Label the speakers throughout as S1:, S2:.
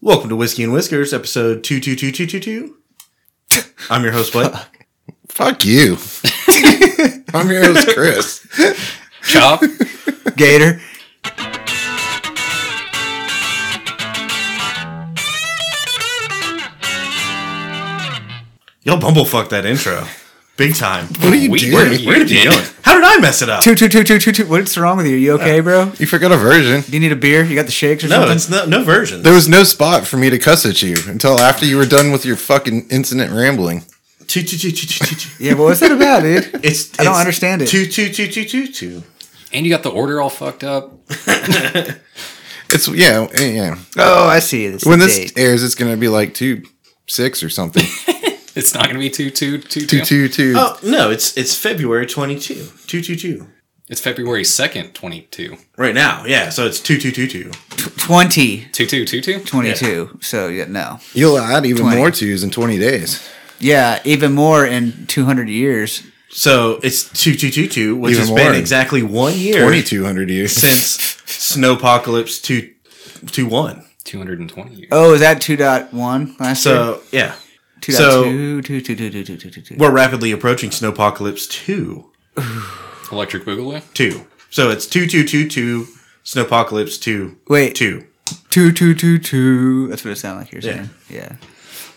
S1: Welcome to Whiskey and Whiskers, episode 222222. I'm your host, Blake.
S2: Fuck you. I'm your host, Chris.
S3: Chop.
S1: Gator. Y'all bumblefucked that intro. Big time.
S2: What are you
S3: We-
S2: doing?
S3: where- where did you go?
S1: How did I mess it up?
S4: Two, two, two, two, two, two. What's wrong with you? You okay, bro?
S2: You forgot a version.
S4: Do Uh, you need a beer? You got the shakes or
S1: No,
S4: something?
S1: it's no, no version.
S2: There was no spot for me to cuss at you until after you were done with your fucking incident rambling.
S1: Two, two, two, two, two, two, two.
S4: Yeah, but what's that about, dude?
S1: It's,
S4: I don't
S1: it's
S4: understand it.
S1: Two, two, two, two, two, two.
S3: And you got the order all fucked up.
S2: It's yeah, yeah.
S4: Oh, I see. It's
S2: When this airs, it's gonna be like two six or something.
S3: It's not going to be two, two, two,
S2: two two two.
S1: Oh, no, it's it's February 22. 222.
S3: It's February 2nd, 22.
S1: Right now, yeah, so it's 2222.
S4: 20,
S3: 2222?
S4: 22. So, yeah, no.
S2: You'll add even
S4: 20.
S2: more twos in twenty days.
S4: Yeah, even more in 200 years.
S1: So it's 2222, which
S2: Even
S1: has
S2: more.
S1: been exactly one year.
S2: Twenty two hundred years
S1: since Snowpocalypse 221.
S3: 220 years.
S4: Oh, is that 2.1 last year?
S1: So, yeah.
S4: 2.2,
S1: so-
S4: 2, 2, 2, 2, 2, 2, 2, 2.
S1: We're rapidly approaching Snowpocalypse 2.
S3: Electric Boogaloo?
S1: 2. So it's 2222 Snowpocalypse 2.
S4: Wait.
S1: 2.
S4: 2, 2, 2, 2. That's what it sounded like you're
S1: Yeah.
S4: saying. Yeah.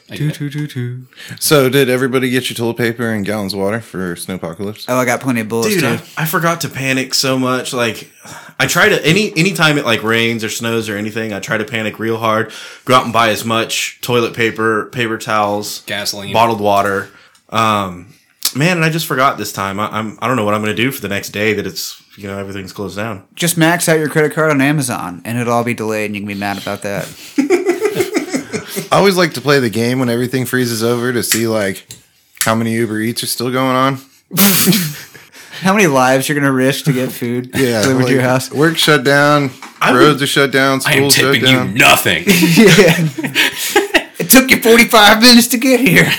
S3: I
S4: Two,
S3: get it.
S4: two, two, two.
S2: So did everybody get your toilet paper and gallons of water for snowpocalypse?
S4: Oh, I got plenty of bullets,
S1: Dude,
S4: too.
S1: I, I forgot to panic so much. Like, I try to any anytime it like rains or snows or anything. I try to panic real hard. Go out and buy as much toilet paper, paper towels,
S3: Gasoline.
S1: bottled water. Um, man, and I just forgot this time. I, I'm I don't know what I'm gonna do for the next day that it's you know everything's closed down.
S4: Just max out your credit card on Amazon, and it'll all be delayed, and you can be mad about that.
S2: I always like to play the game when everything freezes over to see like how many Uber Eats are still going on.
S4: How many lives you're gonna risk to get food
S2: Yeah,
S4: delivered
S2: like,
S4: to your house?
S2: Work shut down.
S1: I would-
S2: roads are shut down.
S3: I am
S2: Schools shut
S3: tipping you
S2: down.
S3: nothing.
S4: yeah. it took you 45 minutes to get here.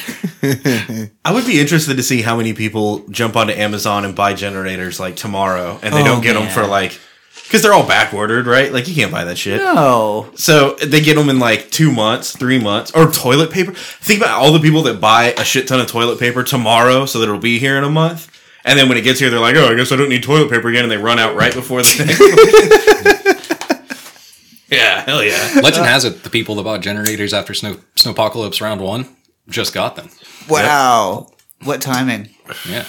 S1: I would be interested to see how many people jump onto Amazon and buy generators like tomorrow, and they
S4: Oh,
S1: don't get them
S4: man.
S1: for like because they're all back ordered, right? Like you can't buy that shit.
S4: No.
S1: So they get them in like two months, three months, or toilet paper. Think about all the people that buy a shit ton of toilet paper tomorrow, so that it'll be here in a month. And then when it gets here, they're like, "Oh, I guess I don't need toilet paper again," and they run out right before the next. one. yeah, hell yeah.
S3: Legend has it the people that bought generators after snow snowpocalypse round one just got them.
S4: Wow. What timing?
S3: Yeah.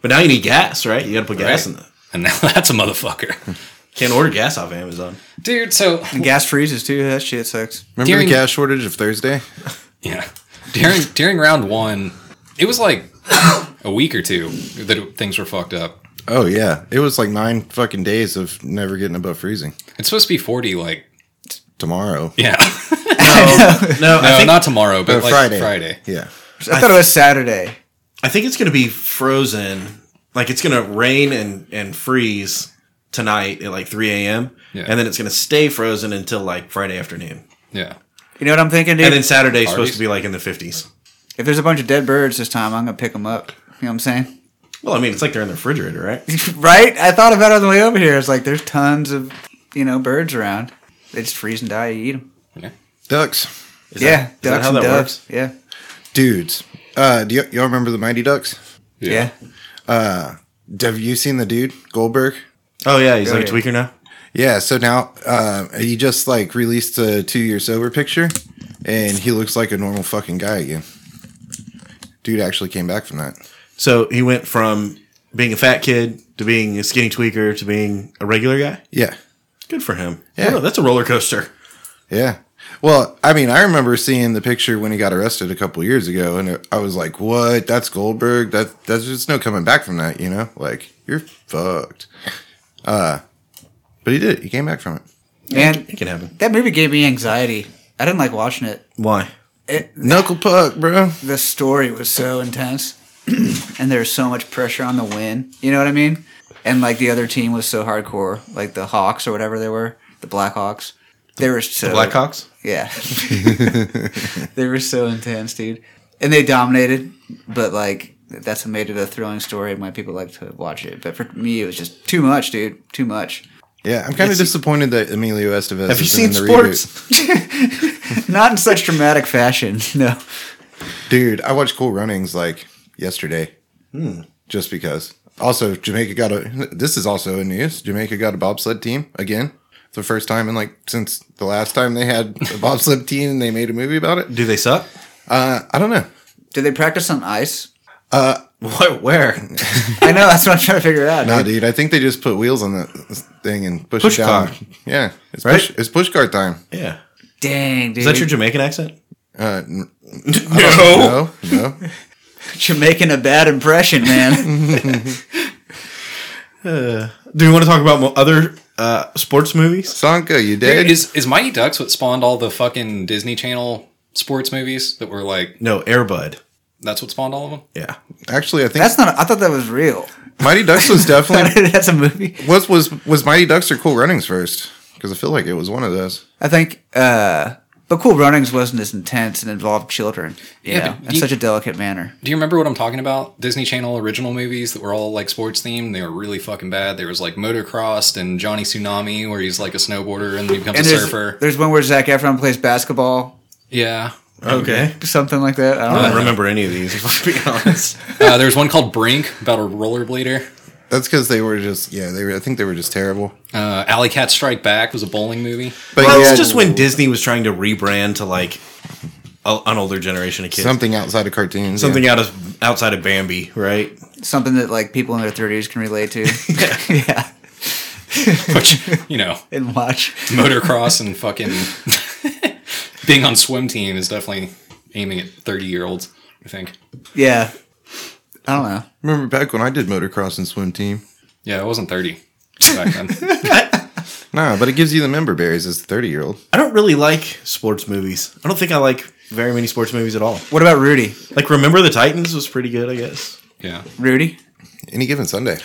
S1: But now you need gas, right? You got to put gas
S3: Right.
S1: in. The,
S3: And now that's a motherfucker.
S1: can't order gas off Amazon.
S3: Dude, so
S4: And gas freezes too. That shit sucks.
S2: Remember
S3: During-
S2: the gas shortage of Thursday?
S3: Yeah. During during round one, it was like a week or two that it- things were fucked up.
S2: Oh yeah, it was like nine fucking days of never getting above freezing.
S3: It's supposed to be forty, like
S2: Tomorrow,
S3: yeah.
S1: No, I
S3: no,
S1: think
S3: not tomorrow, but
S2: Uh,
S3: like
S2: Friday,
S3: Friday.
S2: yeah.
S4: I thought it was Saturday.
S1: I think it's going to be frozen. Like it's going to rain and, and freeze tonight at like 3 a.m.
S3: Yeah.
S1: And then it's going to stay frozen until like Friday afternoon.
S3: Yeah.
S4: You know what I'm thinking, dude?
S1: And then Saturday's supposed
S3: Parties?
S1: to be like in the 50s.
S4: if there's a bunch of dead birds this time, I'm gonna pick them up. You know what I'm saying?
S1: Well, I mean, it's like they're in the refrigerator, right?
S4: right? I thought about it on the way over here. It's like there's tons of you know birds around. They just freeze and die. You eat them.
S3: Yeah.
S2: Ducks,
S1: Is
S4: yeah,
S1: that- is that
S4: ducks
S1: how
S4: and
S1: that
S4: doves.
S1: works?
S4: Yeah.
S2: dudes. Uh, do y- y'all remember the Mighty Ducks?
S3: Yeah.
S4: yeah,
S2: Have you seen the dude Goldberg?
S1: Oh, yeah. He's like a
S4: yeah.
S1: tweaker now.
S2: Yeah. So now uh, he just like released a two-year sober picture, and he looks like a normal fucking guy again. Dude actually came back from that.
S1: So he went from being a fat kid to being a skinny tweaker to being a regular guy.
S2: Yeah.
S1: Good for him.
S2: Yeah.
S1: Oh, that's a roller coaster.
S2: Yeah. Well, I mean, I remember seeing the picture when he got arrested a couple years ago, and I was like, "What? That's Goldberg. That that's just no coming back from that." You know, like you're fucked. Uh, but he did. it. He came back from it.
S4: man.
S1: It can happen.
S4: That movie gave me anxiety. I didn't like watching it.
S1: Why?
S4: it
S2: Knuckle puck, bro.
S4: the story was so intense, and there was so much pressure on the win. You know what I mean? And like the other team was so hardcore, like the Hawks or whatever they were, the Blackhawks. They were so
S1: Blackhawks?
S4: Yeah, they were so intense, dude. And they dominated, but like that's what made it a thrilling story and why people like to watch it. But for me, it was just too much, dude. Too much.
S2: Yeah, I'm kind of disappointed that Emilio Estevez.
S1: Have you
S2: isn't
S1: seen
S2: in the
S1: sports?
S4: Not in such dramatic fashion. No.
S2: reboot. dude? I watched Cool Runnings like yesterday, just because. Also, Jamaica got a. This is also in news. Jamaica got a bobsled team again. It's the first time in like since the last time they had a bobsled team and they made a movie about it.
S1: Do they suck?
S2: Uh, I don't know.
S4: Do they practice on ice?
S1: What? Where?
S4: I know. That's what I'm trying to figure out.
S2: No,
S4: dude.
S2: dude. I think they just put wheels on that thing and push,
S1: Push
S2: it down.
S1: car.
S2: Yeah, it's
S1: Right?
S2: push. It's push car time.
S1: Yeah.
S4: Dang, dude.
S1: Is that your Jamaican accent?
S2: Uh, n-
S1: No.
S2: no, no.
S4: You're making a bad impression,
S3: Mm-hmm.
S4: man.
S1: Do we want to talk about mo- other uh, sports movies?
S2: Sanka, you
S3: Dude,
S2: dead?
S3: is is Mighty Ducks what spawned all the fucking Disney Channel sports movies that were like
S1: No, Airbud.
S3: that's what spawned all of them?
S1: Yeah.
S2: Actually, I think
S4: That's not. I thought that was real.
S2: Mighty Ducks was definitely
S4: that's a movie.
S2: was was was Mighty Ducks or Cool Runnings first because I feel like it was one of those.
S4: I think. uh But Cool Runnings wasn't as intense and involved children. You
S3: Yeah,
S4: know,
S3: but
S4: in
S3: you-
S4: such a delicate manner.
S3: Do you remember what I'm talking about? Disney Channel original movies that were all like sports themed. They were really fucking bad. There was like Motocrossed and Johnny Tsunami, where he's like a snowboarder and then he becomes
S4: And
S3: a
S4: there's,
S3: surfer.
S4: there's one where Zach Efron plays basketball,
S3: Yeah.
S1: Okay.
S4: something like that. I don't
S1: I
S3: Uh-huh.
S4: know.
S1: don't remember any of these, if I'm being honest.
S3: Uh, there's one called Brink about a rollerblader.
S2: That's because they were just yeah they were I think they were just terrible.
S3: Uh, Alley Cat Strike Back was a bowling movie.
S2: But
S1: Well,
S2: yeah,
S1: that's just when Disney was trying to rebrand to like a, an older generation of kids.
S2: something outside of cartoons. yeah.
S1: Something out of outside of Bambi, right?
S4: Something that like people in their 30s can relate to. yeah,
S3: Which, you know,
S4: and watch.
S3: motocross and fucking being on swim team is definitely aiming at 30 year olds, I think.
S4: Yeah, I don't know.
S2: Remember back when I did motocross and swim team?
S3: Yeah, I wasn't 30 back then.
S2: Nah, but it gives you the member berries as a thirty year old.
S1: I don't really like sports movies. I don't think I like very many sports movies at all.
S4: What about Rudy?
S1: Like Remember the Titans was pretty good, I guess.
S3: yeah.
S4: Rudy,
S2: Any given Sunday.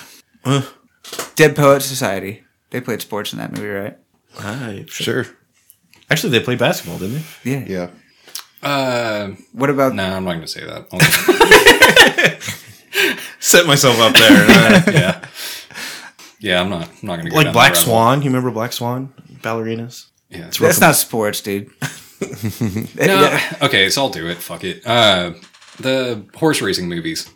S4: Dead Poet Society. They played sports in that movie, right?
S1: I,
S2: Sure.
S1: Actually, they played basketball, didn't they?
S4: Yeah.
S2: Yeah.
S3: Uh,
S4: What about
S3: no, I'm not going to say that. I'll-
S1: Set myself up there.
S3: yeah. Yeah, I'm not. I'm not gonna go
S1: like
S3: down
S1: Black
S3: that rabbit
S1: Swan. You remember Black Swan? Ballerinas?
S3: hole. Yeah.
S4: That's not sports, dude.
S3: No,
S4: Yeah.
S3: Okay, so I'll do it. Fuck it. Uh, the horse racing movies.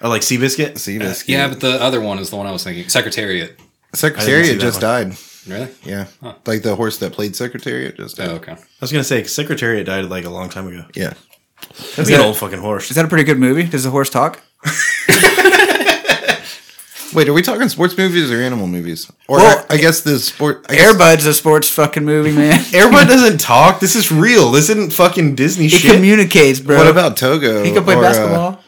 S1: Or like Seabiscuit?
S2: See this.
S3: Yeah, but the other one is the one I was thinking. Secretariat.
S1: I
S2: Secretariat
S1: didn't see
S2: just
S1: that
S2: died.
S3: Really?
S2: Yeah. Like the horse that played Secretariat just died.
S3: Oh, okay.
S1: I was gonna say Secretariat died like a long time ago.
S2: Yeah.
S1: That's an
S4: that-
S1: old fucking horse.
S4: Is that a pretty good movie? Does the horse talk?
S2: Wait, are we talking sports movies or animal movies? Or
S4: Well,
S2: I, I guess the sport. I guess,
S4: Airbud's a sports fucking movie, man.
S1: Airbud doesn't talk. This is real. This isn't fucking Disney
S4: It
S1: shit.
S4: communicates, bro.
S2: What about Togo?
S4: he can play
S2: or, uh,
S4: basketball?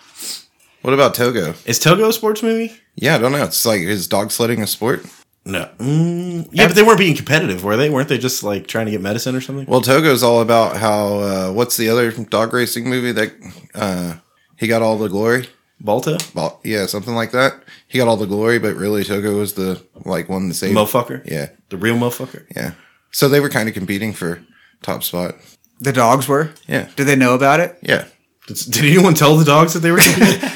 S2: what about Togo?
S1: is Togo a sports movie?
S2: Yeah, I don't know. It's like is dog sledding a sport?
S1: No. Mm, yeah, but they weren't being competitive, were they? Weren't they just like trying to get medicine or something?
S2: Well, Togo's all about how. Uh, what's the other dog racing movie that uh, he got all the glory?
S1: Balta?
S2: Well, yeah, something like that. He got all the glory, but really Togo was the like one that saved.
S1: Motherfucker?
S2: Yeah,
S1: The real motherfucker?
S2: yeah. So they were kind of competing for top spot.
S4: The dogs were.
S2: Yeah.
S4: Did they know about it?
S2: Yeah.
S1: Did, did anyone tell the dogs that they were competing?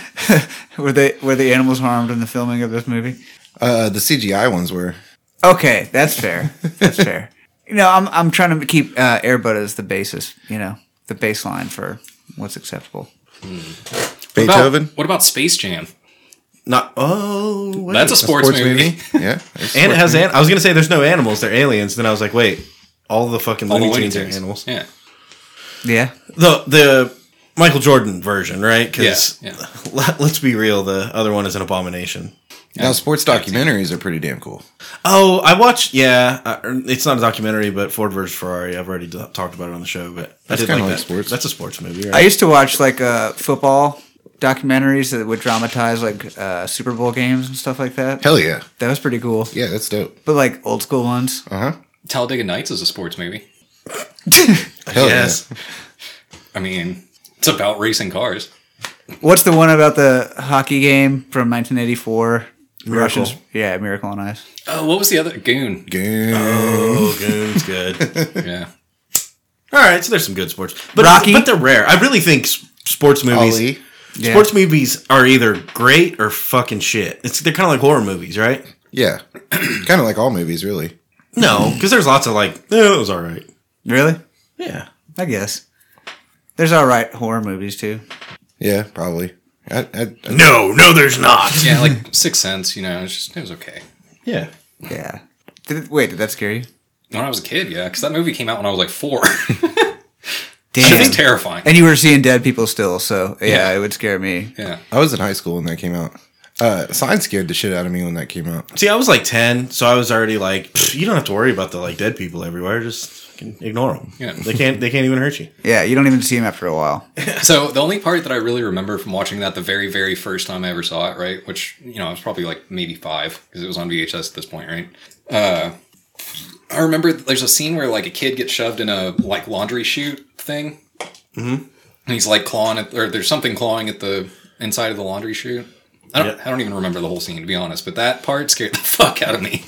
S4: Were they were the animals harmed in the filming of this movie?
S2: Uh, the CGI ones were.
S4: Okay, that's fair. That's fair. You know, I'm I'm trying to keep uh, Airbud as the basis. You know, the baseline for what's acceptable.
S3: What about-
S2: Beethoven.
S3: What about Space Jam?
S1: Not. Oh, wait.
S3: That's a sports, movie.
S2: yeah. it's a
S1: And it
S2: sport
S1: has. An- I was gonna say there's no animals. They're aliens. Then I was like, wait, all the fucking
S3: All the
S1: Looney
S3: Looney
S1: Tunes are
S3: Tunes.
S1: animals.
S3: Yeah.
S4: Yeah.
S1: The the Michael Jordan version, right? Because
S3: Yeah, yeah.
S1: let, us be real, the other one is an abomination.
S2: Now, sports documentaries are pretty damn cool.
S1: Oh, I watched. Yeah, uh, it's not a documentary, but Ford versus Ferrari. I've already d- talked about it on the show, but
S2: That's
S1: I did
S2: kinda
S1: like,
S2: like
S1: that.
S2: sports.
S1: That's a sports movie,
S4: I
S1: right?
S4: used to watch like uh, football documentaries that would dramatize like uh, Super Bowl games and stuff like that.
S2: Hell yeah.
S4: That was pretty cool.
S2: Yeah, that's dope. Uh-huh.
S4: But like old school ones.
S3: Talladega Nights is a sports movie.
S2: Hell
S1: yes.
S3: I mean, it's about racing cars.
S4: What's the one about the hockey game from 1984?
S1: Miracle.
S4: Russians. Yeah, Miracle on Ice.
S3: Oh, what was the other Goon?
S2: yeah. Goon.
S1: Oh, Goon's good.
S3: Yeah.
S1: All right, so there's some good sports, but
S4: Rocky?
S1: but they're rare. I really think s- sports movies,
S2: Ali.
S4: Yeah.
S1: sports movies are either great or fucking shit. It's they're kind of like horror movies, right?
S2: Yeah, kind of like all movies, really.
S1: No, because there's lots of like, yeah, that was all right.
S4: Really?
S1: Yeah.
S4: I guess. There's all right horror movies too.
S2: Yeah, probably. I, I, I-
S1: No, no, there's not.
S3: Yeah, like Sixth Sense, you know, it's just, it was okay.
S1: Yeah.
S4: Yeah. Did it, wait, did that scare you?
S3: When I was a kid, yeah, because that movie came out when I was like four. it was
S4: Damn.
S3: terrifying.
S4: and you were seeing dead people still, so yeah,
S3: Yeah.
S4: it would scare me.
S3: Yeah.
S2: I was in high school when that came out. Uh, Sign scared the shit out of me when that came out.
S1: See, I was like ten, so I was already like, "Pfft, you don't have to worry about the like dead people everywhere. Just fucking ignore them.
S3: Yeah.
S1: They can't. They can't even hurt you.
S4: Yeah, you don't even see him after a while.
S3: So the only part that I really remember from watching that the very, very first time I ever saw it, right? Which you know I was probably like maybe five because it was on VHS at this point, right? Uh, I remember there's a scene where like a kid gets shoved in a like laundry chute thing, mm-hmm. and he's like clawing at or there's something clawing at the inside of the laundry chute. I don't,
S1: Yep.
S3: I don't even remember the whole scene to be honest, but that part scared the fuck out of me.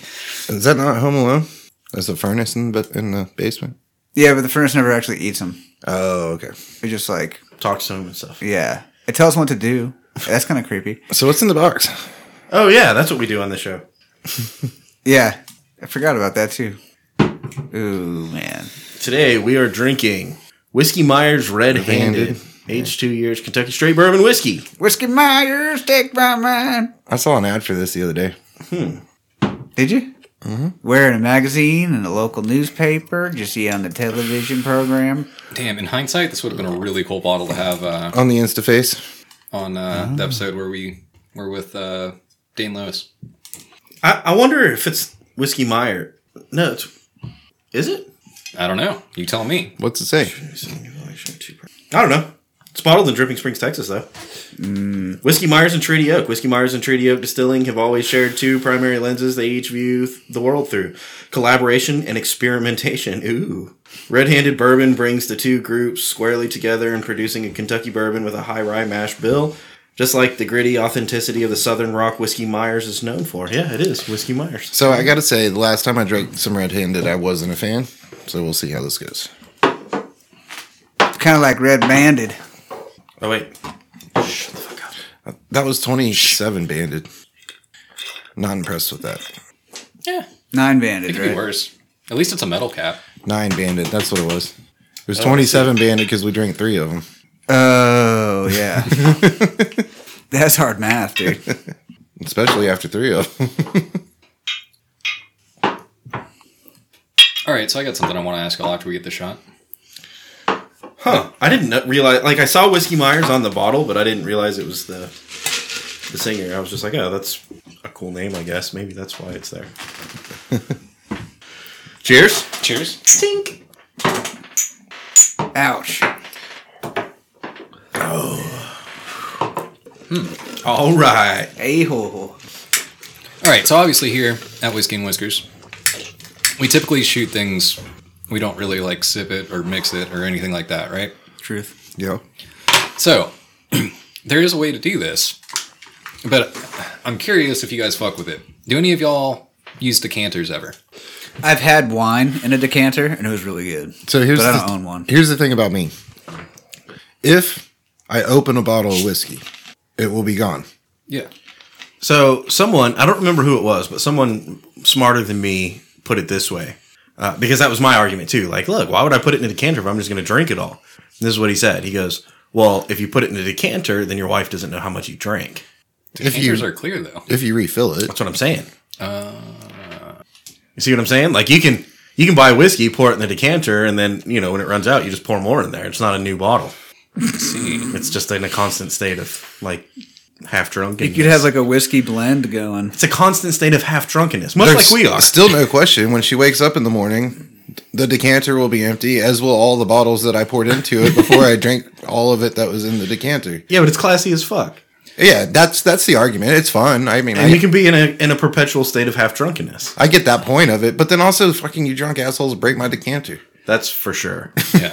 S2: Is that not Home Alone? There's a furnace in the in the basement.
S4: Yeah, but the furnace never actually eats him.
S2: Oh, okay.
S4: It's just like,
S1: Talk to them and stuff.
S4: yeah. It tells him what to do. That's kind of creepy.
S2: So what's in the box?
S1: Oh yeah, that's what we do on the show.
S4: Yeah, I forgot about that too. Ooh, man.
S1: Today we are drinking whiskey Myers Red Handed, aged two years, Kentucky straight bourbon whiskey.
S4: Whiskey Myers, take my mind.
S2: I saw an ad for this the other day.
S4: Did you? Mm-hmm. Where in a magazine, in a local newspaper, did you see it on the television program?
S3: Damn! In hindsight, this would have been a really cool bottle to have uh,
S2: On the InstaFace.
S3: on uh, the episode where we were with uh, Dane Lewis.
S1: I, I wonder if it's whiskey Meyer. No, it's, is it?
S3: I don't know. You tell me.
S2: What's it say?
S1: I don't know. It's bottled in Dripping Springs, Texas, though. Whiskey Myers and Treaty Oak. Whiskey Myers and Treaty Oak Distilling have always shared two primary lenses they each view th- the world through collaboration and experimentation. Ooh. Red handed bourbon brings the two groups squarely together in producing a Kentucky bourbon with a high rye mash bill, just like the gritty authenticity of the Southern Rock Whiskey Myers is known for. Yeah, it is. Whiskey Myers.
S2: So I gotta say, the last time I drank some Red Handed, I wasn't a fan. So we'll see how this goes.
S4: It's kind of like Red Banded.
S1: Oh, wait.
S2: That was 27 banded. Not impressed with that.
S3: Yeah,
S4: Nine
S3: it
S4: banded,
S3: could be
S4: right?
S3: worse. At least it's a metal cap.
S2: Nine banded. That's what it was. It was 27 banded because we drank three of them.
S4: Oh, yeah. That's hard math, dude.
S2: Especially after three of them.
S3: All right, so I got something I want to ask y'all after we get the shot.
S1: Huh. I didn't kn- realize. Like, I saw Whiskey Myers on the bottle, but I didn't realize it was the the singer. I was just like, oh, that's a cool name, I guess. Maybe that's why it's there. Cheers.
S3: Cheers.
S4: Ouch.
S1: All right.
S4: A hole.
S3: All right, so obviously here at Whiskey and Whiskers, we typically shoot things. We don't really like sip it or mix it or anything like that, right?
S4: Truth.
S2: yeah.
S3: So there is a way to do this, but I'm curious if you guys fuck with it. Do any of y'all use decanters ever?
S4: I've had wine in a decanter, and it was really good.
S2: So here's
S4: But
S2: the,
S4: I don't own one.
S2: Here's the thing about me. If I open a bottle of whiskey, it will be gone.
S3: Yeah.
S1: So someone, I don't remember who it was, but someone smarter than me put it this way, uh, because that was my argument too. Like, look, why would I put it in a decanter if I'm just going to drink it all? And this is what he said. He goes, "Well, if you put it in a decanter, then your wife doesn't know how much you drank."
S2: If
S3: Decanters
S2: you
S3: are clear though.
S2: if you refill it,
S1: That's what I'm saying. you see what I'm saying? Like you can you can buy whiskey, pour it in the decanter, and then you know when it runs out, you just pour more in there. It's not a new bottle. It's just in a constant state of like half drunkenness.
S4: You'd have like a whiskey blend going.
S1: it's a constant state of half drunkenness, much
S2: there's
S1: like we are.
S2: still no question. When she wakes up in the morning, the decanter will be empty, as will all the bottles that I poured into it before I drank all of it that was in the decanter.
S1: yeah, but it's classy as fuck,
S2: Yeah, that's that's the argument. It's fun. I mean,
S1: and you
S2: I,
S1: can be in a in a perpetual state of half drunkenness.
S2: I get that point of it, but then also, fucking you drunk assholes break my decanter.
S1: That's for sure.
S3: Yeah.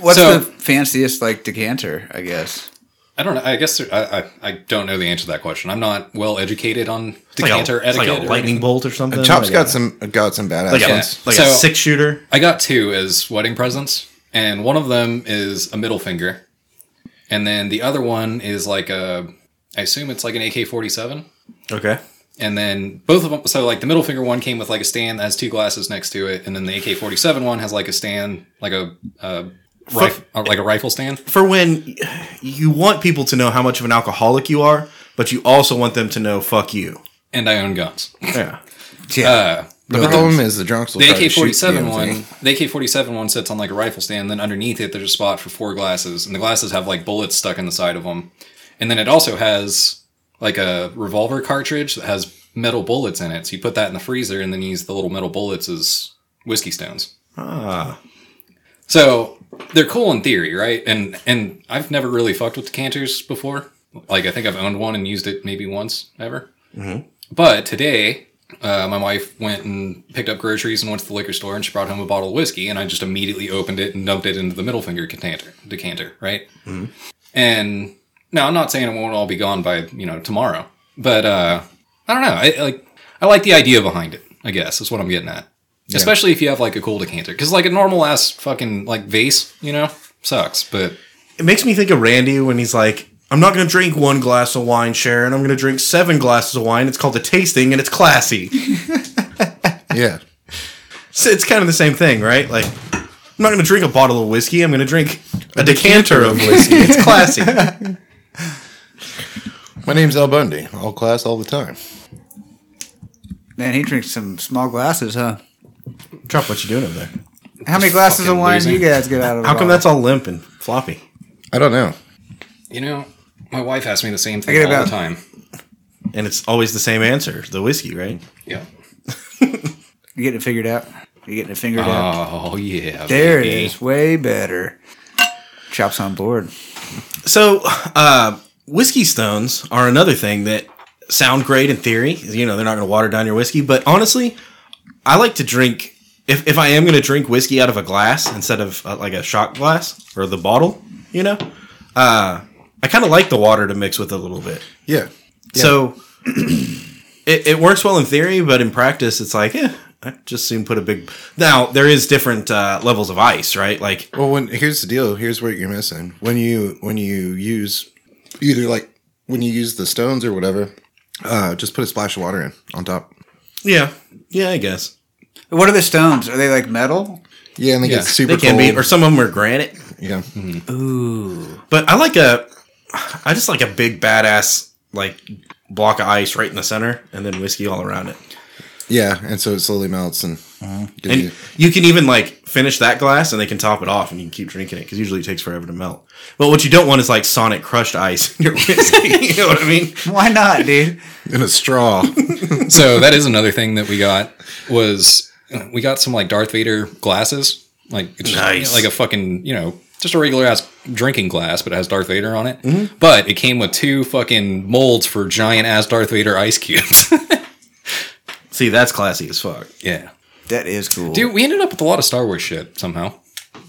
S4: What's
S3: So-
S4: the fanciest like decanter? I guess.
S3: I don't know. I guess there, I, I I don't know the answer to that question. I'm not well educated on
S1: It's like,
S3: decanter
S1: a, it's like
S3: etiquette.
S1: a
S3: or
S1: lightning bolt or something.
S2: Chop's
S1: Like
S2: got
S1: a-
S2: some got some badass
S1: like a,
S2: ones.
S1: like a
S3: So-
S1: six shooter.
S3: I got two as wedding presents, and one of them is a middle finger, and then the other one is like a. I assume it's like an AK forty seven,
S1: Okay,
S3: And then both of them, so like the middle finger one came with like a stand that has two glasses next to it, and then the AK forty seven one has like a stand, like a, a rifle, like a rifle stand.
S1: for when you want people to know how much of an alcoholic you are, but you also want them to know fuck you.
S3: And I own guns.
S1: Yeah.
S4: Yeah.
S3: Uh,
S2: The problem is the drunks will
S3: the
S2: try to
S3: AK
S2: shoot you,
S3: forty seven
S2: I think.
S3: one, the AK forty seven one sits on like a rifle stand. Then underneath it, there's a spot for four glasses, and the glasses have like bullets stuck in the side of them. And then it also has like a revolver cartridge that has metal bullets in it. So you put that in the freezer, and then you use the little metal bullets as whiskey stones.
S1: Ah.
S3: So they're cool in theory, right? And and I've never really fucked with decanters before. Like I think I've owned one and used it maybe once ever.
S2: Mm-hmm.
S3: But today, uh, my wife went and picked up groceries and went to the liquor store and she brought home a bottle of whiskey and I just immediately opened it and dumped it into the middle finger decanter, decanter right?
S4: Mm-hmm.
S3: And now I'm not saying it won't all be gone by you know tomorrow, but uh, I don't know. I like I like the idea behind it. I guess is what I'm getting at. Especially if you have like a cool decanter, because like a normal ass fucking like vase, you know, sucks. But
S1: It makes me think of Randy when he's like, I'm not going to drink one glass of wine, Sharon. I'm going to drink seven glasses of wine. It's called a tasting and it's classy.
S2: Yeah.
S1: So it's kind of the same thing, right? Like, I'm not going to drink a bottle of whiskey. I'm going to drink a decanter of whiskey. It's classy.
S2: My name's Al Bundy. All class, all the time.
S4: Man, he drinks some small glasses, huh?
S1: Trump, what you doing over there?
S4: How many glasses of
S3: fucking
S4: wine
S3: losing.
S4: do you guys get out of? a
S1: How come
S4: bottle?
S1: that's all limp and floppy?
S2: I don't know.
S3: you know, my wife asks me the same
S4: I
S3: thing
S4: get
S3: all
S4: about-
S3: the time.
S1: And it's always the same answer the whiskey, right?
S3: Yeah.
S4: you getting it figured out? You getting it fingered out?
S3: Oh yeah.
S4: There
S3: baby.
S4: it is. Way better. Chops on board.
S1: So, uh, whiskey stones are another thing that sound great in theory. You know, they're not going to water down your whiskey, but honestly, I like to drink. If, if I am going to drink whiskey out of a glass instead of uh, like a shot glass or the bottle, you know, uh, I kind of like the water to mix with a little bit.
S2: Yeah.
S1: So it, it works well in theory, but in practice, it's like, eh, I just soon put a big. Now, there is different uh, levels of ice, right? Like,
S2: Well, when here's the deal. Here's what you're missing. When you when you use either like when you use the stones or whatever, uh, just put a splash of water in on top.
S1: yeah, yeah, I guess.
S4: What are the stones? Are they like metal?
S2: Yeah, and they
S3: Yeah,
S2: get super
S1: They can
S2: cold.
S1: be, or some of them are granite.
S2: yeah.
S4: Ooh.
S1: But I like a, I just like a big badass like block of ice right in the center, and then whiskey all around it.
S2: Yeah, and so it slowly melts Uh-huh. and gives
S1: And
S2: you-
S1: you can even like finish that glass, and they can top it off, and you can keep drinking it because usually it takes forever to melt. But what you don't want is like Sonic crushed ice in your whiskey. you know what I mean?
S4: Why not, dude?
S2: in a straw.
S3: so that is another thing that we got was uh, we got some like Darth Vader glasses, like it's just,
S1: Nice.
S3: like a fucking you know just a regular ass drinking glass, but it has Darth Vader on it. But it came with two fucking molds for giant ass Darth Vader ice cubes.
S1: See, that's classy as fuck.
S3: yeah,
S4: That is cool.
S3: dude, we ended up with a lot of Star Wars shit somehow.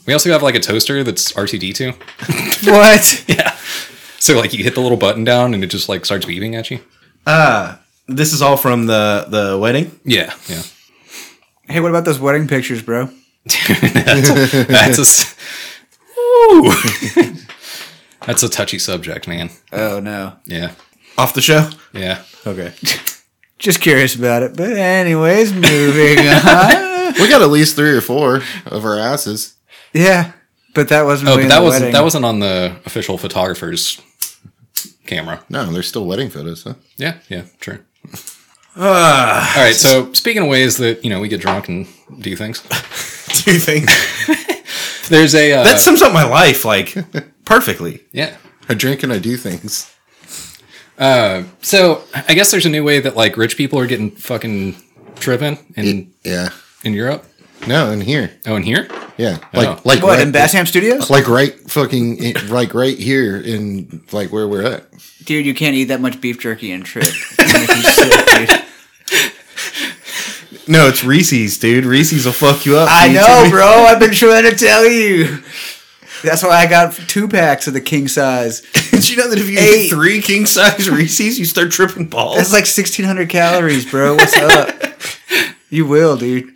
S3: We also have like a toaster that's R2D2.
S4: What?
S3: So like you hit the little button down and it just like starts beeping at you.
S1: This is all from the the wedding.
S3: Yeah, yeah.
S4: hey, what about those wedding pictures, bro?
S3: That's a s- Ooh. that's a touchy subject, man.
S4: Oh no.
S3: Yeah.
S1: Off the show.
S3: Yeah.
S1: Okay.
S4: Just curious about it. But anyways, moving on.
S2: we got at least three or four of our asses.
S4: Yeah. But that wasn't
S3: Oh,
S4: really in
S3: but that
S4: the
S3: was
S4: wedding.
S3: that wasn't on the official photographer's camera.
S2: No, they're still wedding photos, huh?
S3: Yeah, yeah, true.
S4: Ah.
S3: All right, so speaking of ways that you know we get drunk and do things,
S1: Two things.
S3: there's a uh,
S1: That sums up my life like perfectly.
S3: yeah.
S2: I drink and I do things.
S3: So I guess there's a new way that like rich people are getting fucking tripping in
S2: Yeah.
S3: in Europe.
S2: No, in here.
S3: Oh, in here,
S2: Yeah.
S3: Oh.
S2: Like like
S4: what
S2: right,
S4: in Bassham Studios?
S2: like right fucking like right here in like where we're at.
S4: Dude, you can't eat that much beef jerky and trip. It's gonna make you sick, dude.
S1: No, it's Reese's, dude. Reese's will fuck you up.
S4: I
S1: You
S4: know,
S1: too.
S4: bro. I've been trying to tell you. That's why I got two packs of the king size.
S1: Did you know that if you
S4: Eight.
S1: eat three king size Reese's, you start tripping balls?
S4: That's like 1,600 calories, bro. What's up? You will, dude.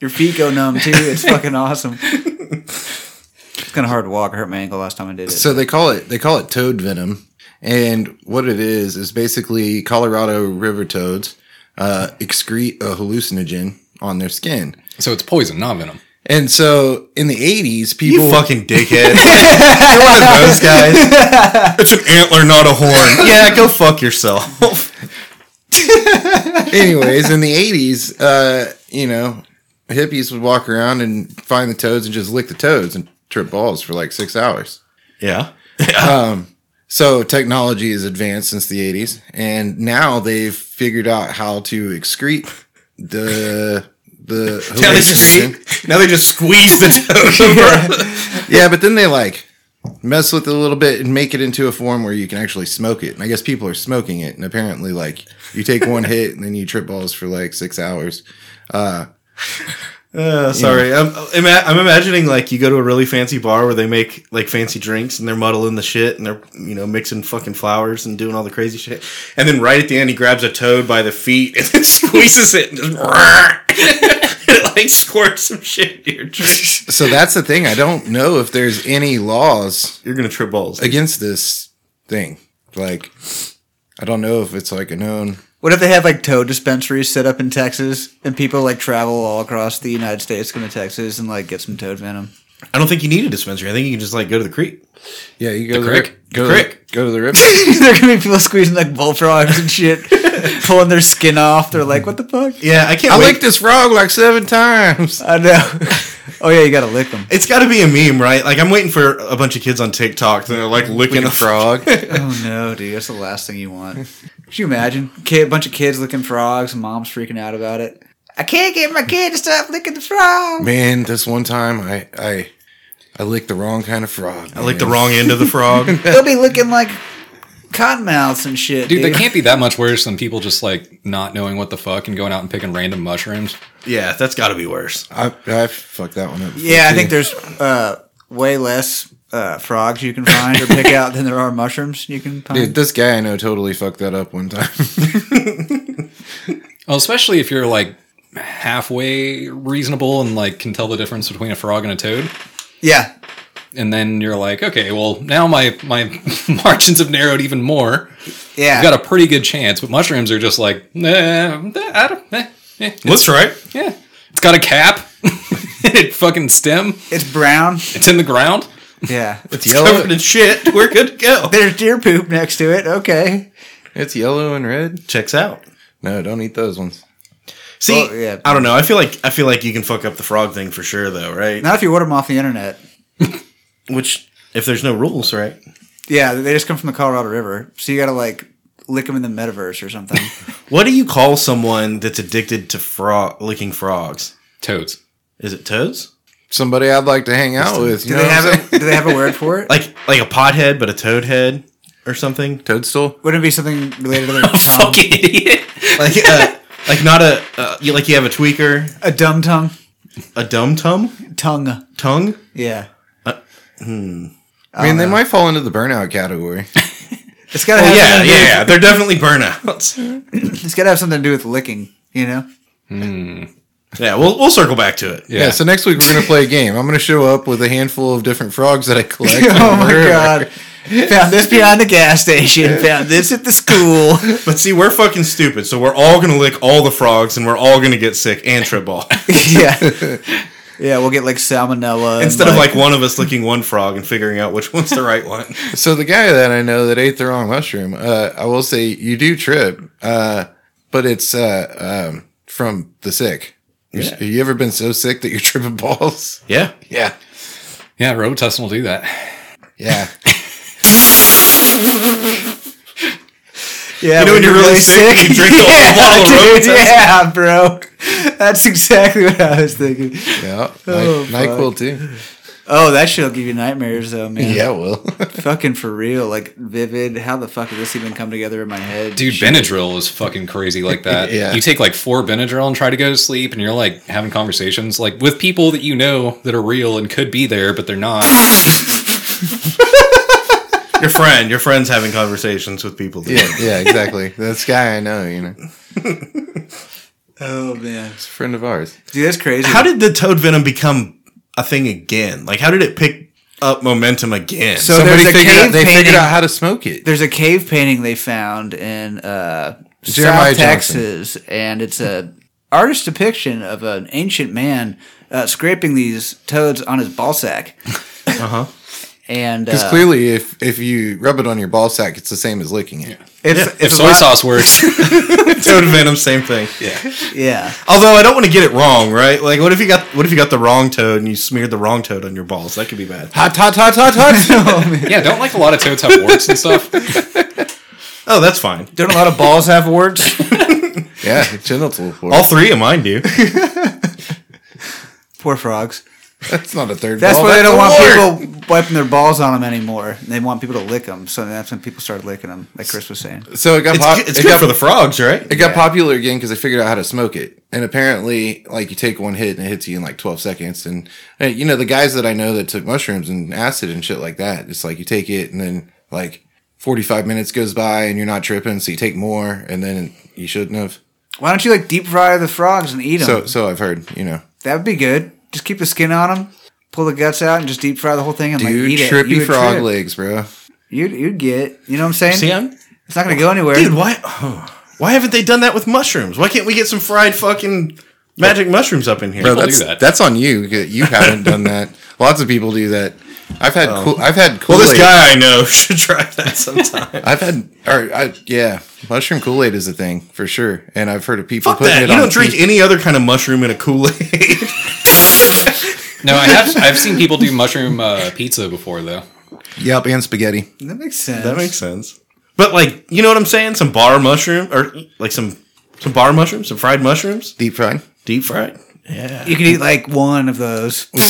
S4: Your feet go numb, too. It's fucking awesome. It's kind of hard to walk. I hurt my ankle last time I did it.
S2: So they call it they call it toad venom, and what it is is basically Colorado river toads uh, excrete a hallucinogen on their skin.
S3: So it's poison, not venom.
S2: And so in the 80s, people.
S1: You fucking dickhead.
S2: You're one of those guys.
S1: it's an antler, not a horn. Yeah, go fuck yourself.
S2: Anyways, in the 80s, uh, you know, hippies would walk around and find the toads and just lick the toads and trip balls for like six hours.
S1: yeah.
S2: So technology has advanced since the 80s, and now they've figured out how to excrete the the
S1: Now they just now they just squeeze the toad.
S2: yeah, but then they like mess with it a little bit and make it into a form where you can actually smoke it. And I guess people are smoking it, and apparently, like you take one hit and then you trip balls for like six hours.
S1: Uh, sorry, I'm, I'm ima- I'm imagining like you go to a really fancy bar where they make like fancy drinks and they're muddling the shit and they're you know mixing fucking flowers and doing all the crazy shit, and then right at the end he grabs a toad by the feet and then squeezes it and just it like squirts some shit in your drink.
S2: So that's the thing. I don't know if there's any laws
S1: You're gonna trip balls.
S2: against this thing. Like, I don't know if it's like a known.
S4: What if they have like toad dispensaries set up in Texas and people like travel all across the United States, come to Texas and like get some toad venom?
S1: I don't think you need a dispensary. I think you can just like go to the creek.
S2: Yeah, you go to
S3: crick?
S2: rip- go to
S1: crick.
S2: go to the rip.
S4: there can be people squeezing like bullfrogs and shit, pulling their skin off. They're like, what the fuck?
S1: Yeah, I can't.
S2: I
S1: wait.
S2: licked this frog like seven times.
S4: I know. oh yeah, you gotta lick them.
S1: It's got to be a meme, right? Like I'm waiting for a bunch of kids on TikTok that are like licking, a frog.
S4: Oh no, dude, that's the last thing you want. Could you imagine? Kid, bunch of kids licking frogs, and mom's freaking out about it. I can't get my kid to stop licking the frog.
S2: Man, this one time I I I licked the wrong kind of frog.
S1: I licked the wrong end of the frog.
S4: They'll be looking like cottonmouths and shit,
S3: Dude,
S4: dude.
S3: they can't be that much worse than people just like not knowing what the fuck and going out and picking random mushrooms.
S1: yeah, that's got to be worse.
S2: I, I fucked that one up.
S4: yeah, I think there's uh, way less uh, frogs you can find or pick out than there are mushrooms you can find.
S2: Dude, this guy I know totally fucked that up one time.
S3: Well, especially if you're like halfway reasonable and like can tell the difference between a frog and a toad.
S4: yeah,
S3: And then you're like, okay, well now my my margins have narrowed even more.
S4: yeah.
S3: I've got a pretty good chance, but mushrooms are just like, nah, I don't, eh, eh,
S1: Let's try it.
S3: yeah. It's got a cap, it fucking stem,
S4: it's brown.
S3: it's in the ground.
S4: Yeah,
S1: It's covered in shit. We're good to go.
S4: there's deer poop next to it. Okay.
S2: it's yellow and red.
S1: Checks out.
S2: No, don't eat those ones.
S1: See,
S4: Well, yeah.
S1: I don't know. I feel like I feel like you can fuck up the frog thing for sure, though, right?
S4: Not if you order them off the internet.
S1: Which, if there's no rules, right?
S4: Yeah, they just come from the Colorado River, so you gotta like lick them in the metaverse or something.
S1: What do you call someone that's addicted to frog licking frogs?
S3: Toads.
S1: Is it toads?
S2: Somebody I'd like to hang out with. You
S4: Do
S2: know
S4: they
S2: what I'm
S4: have
S2: saying?
S4: a Do they have a word for it?
S1: Like like a pothead, but a toad head or something?
S2: toadstool?
S4: Wouldn't it be something related to their
S1: Oh,
S4: tongue?
S3: Fucking idiot.
S1: Like uh, like not a uh, you, like you have a tweaker,
S4: A dumb tongue?
S1: a dumb tum
S4: Tongue.
S1: tongue.
S4: Yeah.
S2: I
S4: Oh,
S2: mean, they might fall into the burnout category.
S4: It's gotta
S1: Oh,
S4: have
S1: Yeah,
S4: something to do
S1: yeah,
S4: with-
S1: yeah. They're definitely burnouts.
S4: It's gotta have something to do with licking, you know?
S1: Yeah, we'll we'll circle back to it.
S2: Yeah. so next week we're gonna play a game. I'm gonna show up with a handful of different frogs that I collect.
S4: oh my god. Found this behind the gas station. Found this at the school.
S1: But see, we're fucking stupid, so we're all gonna lick all the frogs, and we're all gonna get sick and trip ball.
S4: yeah. Yeah, we'll get like salmonella. and,
S1: Instead of like one of us licking one frog and figuring out which one's the right one.
S2: So the guy that I know that ate the wrong mushroom, uh, I will say you do trip, uh, but it's uh, um, from the sick. You're-
S1: Yeah.
S2: Have you ever been so sick that you're tripping balls?
S1: Yeah.
S2: Yeah,
S3: Yeah, Robitussin will do that.
S2: yeah.
S4: Yeah,
S1: You know when you're really sick and you drink the whole bottle of
S4: dude,
S1: Robitussin?
S4: Yeah, bro. That's exactly what I was thinking.
S2: Yeah. Ni-
S4: Oh, fuck.
S2: NyQuil too.
S4: Oh, that shit'll give you nightmares though, man.
S2: Yeah, well.
S4: Fucking for real. Like vivid. How the fuck did this even come together in my head?
S3: Dude, Benadryl is fucking crazy like that.
S2: Yeah.
S3: You take like four Benadryl and try to go to sleep, and you're like having conversations like with people that you know that are real and could be there, but they're not.
S1: Your friend, your friend's having conversations with people.
S2: yeah, yeah, exactly. This guy I know, you know,
S4: Oh man.
S2: it's a friend of ours.
S4: Dude, that's crazy.
S1: How did the toad venom become a thing again? Like, how did it pick up momentum again?
S4: So
S2: Somebody
S4: Oh, there's a
S2: figured
S4: cave
S2: out, they
S4: painting.
S2: figured out how to smoke it.
S4: there's a cave painting they found in uh
S2: Jeremiah
S4: South Texas, and it's a artist depiction of an ancient man uh, scraping these toads on his ball sack.
S1: Uh huh.
S4: And
S2: Because
S4: uh,
S2: clearly, if if you rub it on your ball sack, it's the same as licking it.
S4: it's,
S3: If
S4: it's a
S3: soy
S4: lot-
S3: sauce works,
S1: Toad venom, same thing.
S3: yeah.
S4: yeah,
S1: Although I don't want to get it wrong, right? Like, what if you got what if you got the wrong toad and you smeared the wrong toad on your balls? That could be bad.
S2: Hot, hot, hot, hot, hot.
S3: Yeah, don't like a lot of toads have warts and stuff.
S1: Oh, that's fine.
S4: don't a lot of balls have words?
S2: yeah, genital force.
S1: All three of mine do.
S4: Poor frogs.
S2: That's not a third.
S4: That's
S2: ball,
S4: why they don't want
S2: a wart.
S4: people wiping their balls on them anymore. They want people to lick them, so that's when people started licking them, like Chris was saying.
S2: So it got
S1: It's,
S2: pop-
S1: good- it's
S2: it
S1: good
S2: got
S1: for the frogs, right?
S2: It got popular again because they figured out how to smoke it. And apparently, like you take one hit and it hits you in like 12 seconds. And uh, you know, the guys that I know that took mushrooms and acid and shit like that, it's like you take it and then like 45 minutes goes by and you're not tripping. So you take more and then you shouldn't have.
S4: Why don't you like deep fry the frogs and eat them?
S2: So, so I've heard, you know.
S4: that would be good. Just keep the skin on them, pull the guts out, and just deep fry the whole thing and
S2: Dude,
S4: like eat it. You
S2: trippy
S4: would
S2: frog
S4: trip.
S2: legs, bro.
S4: You'd, you'd get, you know what I'm saying?
S1: See, I'm
S4: it's not going to go anywhere.
S1: dude. Why? why haven't they done that with mushrooms? Why can't we get some fried fucking magic mushrooms up in here?
S2: Bro,
S3: People do
S2: that's,
S3: that.
S2: that's on you. You haven't done that. Lots of people do that. I've had
S4: Oh.
S2: cool. I've had cool.
S1: well, this guy I know should try that sometime.
S2: I've had, or I, yeah, mushroom Kool Aid is a thing for sure, and I've heard of people
S1: Fuck
S2: putting
S1: that.
S2: it
S1: You
S2: on.
S1: don't drink any other kind of mushroom in a Kool Aid.
S3: No, I have. I've seen people do mushroom uh, pizza before though.
S2: Yep, and spaghetti.
S4: That makes sense.
S1: That makes sense. But like, you know what I'm saying? Some bar mushroom or like some some bar mushrooms, some fried mushrooms,
S2: Deep fried.
S1: deep fried. Yeah.
S4: You could eat like one of those.
S3: With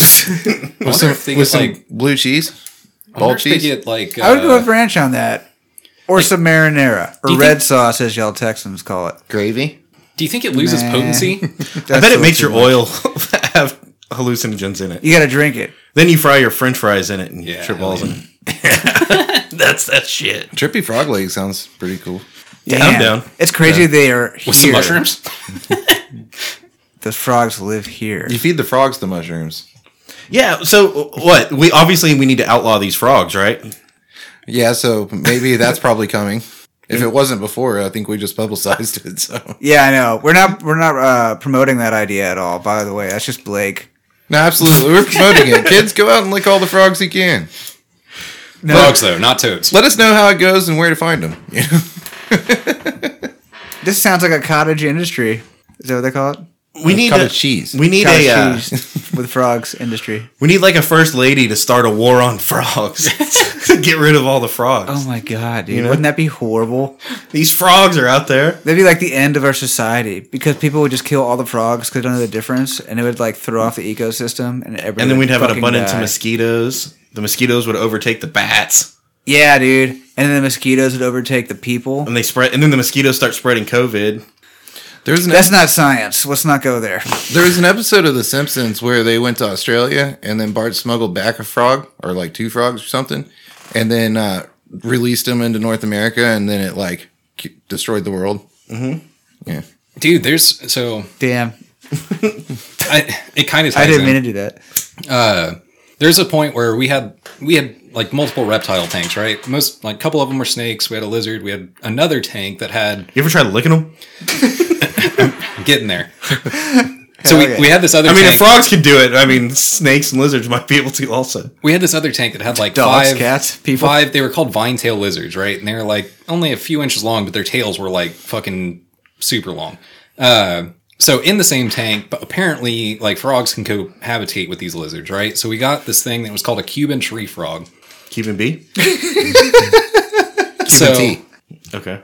S2: Some, with some blue cheese. Bald
S3: They
S2: cheese.
S3: get like uh,
S4: I would go with ranch on that. Or some marinara. Or
S3: you
S4: red
S3: think-
S4: sauce, as y'all Texans call it.
S2: Gravy.
S3: do you think it loses
S4: Nah.
S3: potency?
S1: I bet
S4: That's
S1: it makes your
S4: too much.
S1: oil have hallucinogens in it.
S4: You got to drink it.
S1: Then you fry your french fries in it and
S3: Yeah,
S1: trip balls
S3: hell
S1: in it. That's that shit.
S2: Trippy frog leg sounds pretty cool.
S1: Yeah, I'm down.
S4: It's crazy they are here.
S3: With some mushrooms?
S4: The frogs live here.
S2: You feed the frogs the mushrooms.
S1: Yeah, so uh, what? We obviously we need to outlaw these frogs, right?
S2: Yeah, so maybe that's probably coming. If it wasn't before, I think we just publicized it. So
S4: Yeah, I know. We're not we're not uh, promoting that idea at all. By the way, that's just Blake.
S2: no, absolutely, we're promoting it. Kids, go out and lick all the frogs you can.
S4: No,
S3: Frogs though, not toads.
S2: Let us know how it goes and where to find them. You know?
S4: this sounds like a cottage industry. Is that what they call it?
S1: We need
S2: Cottage
S1: a-
S2: cheese.
S1: We need
S4: Cottage
S1: a uh,
S4: cheese with frogs industry.
S1: we need like a first lady to start a war on frogs to get rid of all the frogs.
S4: Oh my god, dude!
S1: know?
S4: Wouldn't that be horrible?
S1: These frogs are out there.
S4: That'd be like the end of our society because people would just kill all the frogs because they don't know the difference, and it would like throw off the ecosystem and everything.
S1: and then we'd have an abundance
S4: die.
S1: of mosquitoes. The mosquitoes would overtake the bats,
S4: Yeah, dude. And then the mosquitoes would overtake the people.
S1: and they spread. And then the mosquitoes start spreading COVID.
S2: There's an
S4: That's not science. Let's not go there.
S2: There was an episode of The Simpsons where they went to Australia and then Bart smuggled back a frog or like two frogs or something, and then uh, released them into North America, and then it like k- destroyed the world. Mm-hmm. Yeah,
S3: Dude, there's so
S4: Damn,
S3: I, it kind of
S4: I didn't mean to do that.
S3: uh, there's a point where we had we had like multiple reptile tanks, right? Most like a couple of them were snakes. We had a lizard. We had another tank that had
S1: You ever tried licking them?
S3: get in there. So we,
S4: yeah.
S3: we had this other.
S1: I mean,
S3: tank,
S1: if frogs can do it, I mean, snakes and lizards might be able to also.
S3: we had this other tank that had like
S4: Dogs,
S3: five
S4: cats, people.
S3: Five. They were called vine tail lizards, right? And they were like only a few inches long, but their tails were like fucking super long. Uh, so in the same tank, but apparently like frogs can cohabitate with these lizards, right? So we got this thing that was called a Cuban tree frog.
S1: Cuban bee.
S3: So
S2: T.
S1: Okay.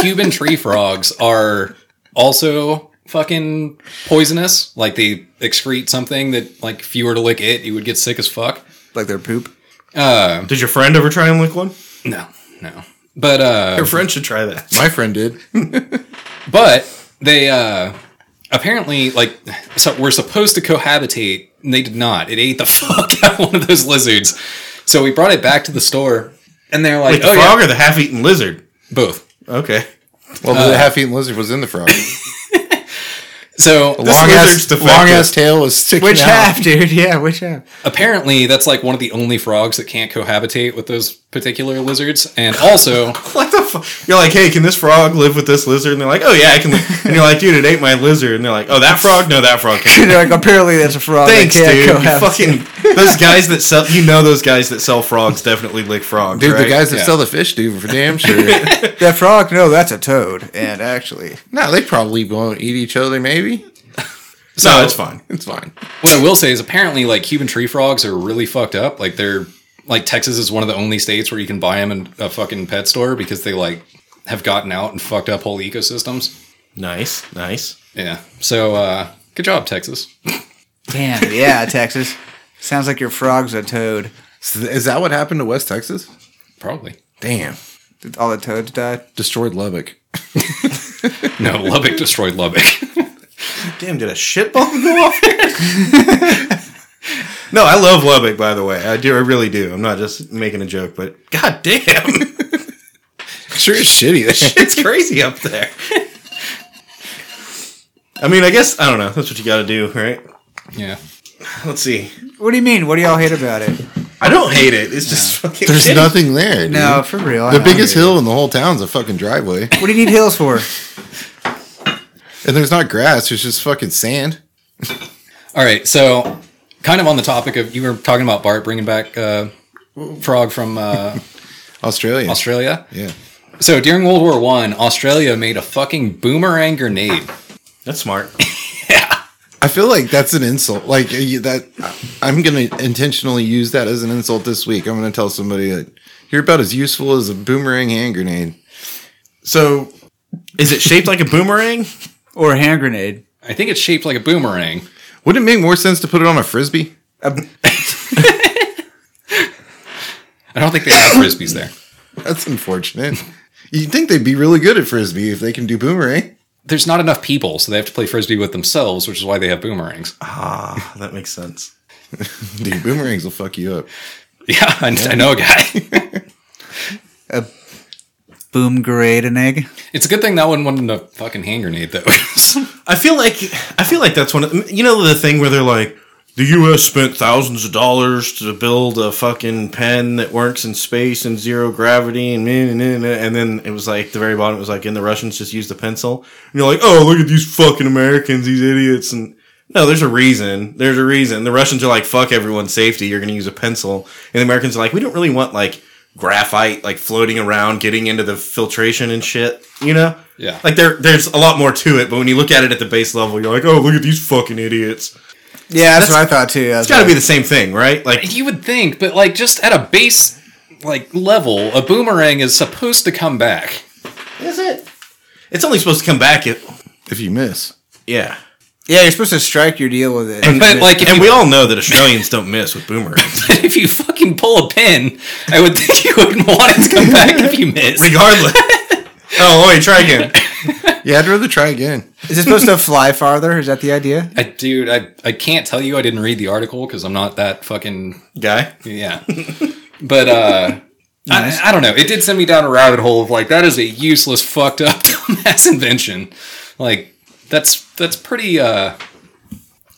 S3: Cuban tree frogs are also fucking poisonous. Like they excrete something that like if you were to lick it, you would get sick as fuck.
S4: Like their poop.
S1: Did your friend ever try and lick one?
S3: No, no. But uh
S1: Your friend should try that.
S2: my friend did.
S3: but they uh apparently like so we're supposed to cohabitate and they did not it ate the fuck out of one of those lizards so we brought it back to the store and they're like
S1: Like the
S3: oh
S1: frog
S3: yeah
S1: or the half-eaten lizard?
S3: both
S1: Okay.
S2: Well, the half-eaten lizard was in the frog.
S3: so
S2: Long
S1: lizard's
S2: ass,
S1: defective.
S2: long ass tail was sticking
S4: Which
S2: out.
S4: half, dude? Yeah, which half?
S3: apparently that's like one of the only frogs that can't cohabitate with those particular lizards, and also
S1: What the fuck? You're like, hey, can this frog live with this lizard? And they're like, oh yeah, I can. Live. And you're like, dude, it ate my lizard. And they're like, oh, that frog? No, that frog can't.
S4: They're like, apparently that's a frog.
S1: Thanks,
S4: I can't
S1: dude. You
S4: cohabit.
S1: fucking those guys that sell. You know those guys that sell frogs definitely lick frogs,
S2: Dude,
S1: right?
S2: the guys that
S3: Yeah.
S2: sell the fish do for damn sure.
S4: That frog? No, that's a toad. And actually,
S2: no, they probably won't eat each other. Maybe
S1: no, it's fine.
S2: it's fine.
S3: what I will say is apparently like Cuban tree frogs are really fucked up. Like they're like Texas is one of the only states where you can buy them in a fucking pet store because they like have gotten out and fucked up whole ecosystems.
S1: Nice, nice.
S3: Yeah. So uh good job, Texas.
S4: damn, yeah, Texas. Sounds like your frog's a toad.
S2: So th- is that what happened to West Texas?
S3: Probably.
S2: Damn,
S4: All the toads died.
S2: destroyed Lubbock.
S3: No, Lubbock destroyed Lubbock.
S1: Damn, did a shit bomb go off? no, I love Lubbock. By the way, I do. I really do. I'm not just making a joke, but god damn,
S2: Sure, is shitty. That shit.
S1: it's crazy up there. I mean, I guess I don't know. That's what you got to do, right?
S3: yeah.
S1: Let's see.
S4: What do you mean? What do y'all hate about it?
S1: I don't hate it. It's just fucking.
S2: There's
S1: shitty.
S2: nothing there. Dude.
S4: No, for real. I
S2: the
S4: don't
S2: biggest
S4: hate it.
S2: hill in the whole town's a fucking driveway,
S4: What do you need hills for?
S2: and there's not grass. There's just fucking sand.
S3: All right. So kind of on the topic of you were talking about Bart bringing back uh frog from uh
S2: Australia.
S3: Australia.
S2: yeah.
S3: So during World War One, Australia made a fucking boomerang grenade.
S1: That's smart.
S2: I feel like that's an insult. Like uh, you- that, I'm gonna intentionally use that as an insult this week. I'm gonna tell somebody that you're about as useful as a boomerang hand grenade.
S1: So, is it shaped like a boomerang?
S4: Or a hand grenade?
S3: I think it's shaped like a boomerang.
S2: Would it make more sense to put it on a frisbee?
S3: I don't think they have frisbees there.
S2: That's unfortunate. You'd think they'd be really good at frisbee if they can do boomerang.
S3: There's not enough people, so they have to play frisbee with themselves, which is why they have boomerangs.
S1: Ah, that makes sense.
S2: Dude, boomerangs will fuck you up.
S3: Yeah, I, I know a guy.
S4: Boom grenade an egg?
S3: It's a good thing that one wasn't a fucking hand grenade, though.
S1: I feel like I feel like that's one of you know the thing where they're like the U.S. spent thousands of dollars to build a fucking pen that works in space and zero gravity and meh, meh, meh, meh," and then it was like the very bottom it was like and the Russians just used a pencil and you're like oh look at these fucking Americans these idiots and no there's a reason there's a reason the Russians are like fuck everyone's safety you're gonna use a pencil and the Americans are like we don't really want like graphite like floating around getting into the filtration and shit you know
S3: Yeah.
S1: like there there's a lot more to it but when you look at it at the base level you're like oh look at these fucking idiots
S4: Yeah, that's, what I thought too.
S1: it's got to be the same thing right like
S3: you would think, but like just at a base like level, a boomerang is supposed to come back.
S1: is it it's only supposed to come back at
S2: If you miss,
S1: yeah
S4: yeah, you're supposed to strike your deal with it.
S3: But like, if
S1: and
S3: you,
S1: we all know that Australians don't miss with boomerangs
S3: if you fucking pull a pin, I would think you wouldn't want it to come back if you miss.
S1: regardless oh wait try again
S2: yeah, I'd rather try again.
S4: Is it supposed to fly farther? Is that the idea?
S3: I, dude, I, I can't tell you I didn't read the article because I'm not that fucking
S1: guy
S3: Yeah. but uh I, I don't know. It did send me down a rabbit hole of like that is a useless fucked up dumbass invention. Like that's that's pretty uh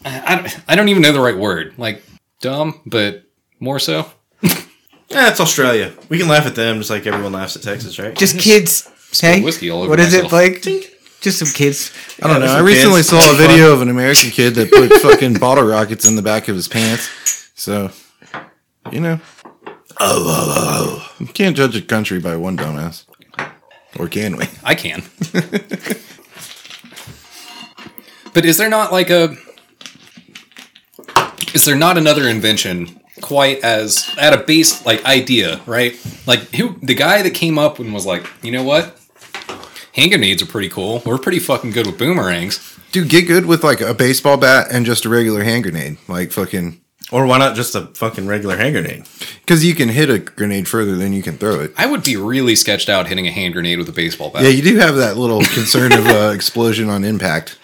S3: I, I don't- I don't even know the right word. Like dumb, but more so.
S1: yeah it's Australia we can laugh at them just like everyone laughs at Texas right
S4: Just kids.
S3: spilled
S4: Hey,
S3: whiskey all over
S4: what is it,
S3: myself.
S4: Blake? Just some kids.
S2: I
S1: Yeah,
S2: don't know.
S1: there's
S2: I
S1: some
S2: recently
S1: kids.
S2: saw a video of an American kid that put fucking bottle rockets in the back of his pants. So, you know, you can't judge a country by one dumbass, or can we?
S3: I can. but is there not like a is there not another invention quite as at a base like idea, right? Like who the guy that came up and was like, you know what? Hand grenades are pretty cool. We're pretty fucking good with boomerangs.
S2: Dude, get good with like a baseball bat and just a regular hand grenade, like fucking,
S1: or why not just a fucking regular hand grenade
S2: because you can hit a grenade further than you can throw it.
S3: I would be really sketched out hitting a hand grenade with a baseball bat.
S2: Yeah, you do have that little concern of uh, explosion on impact.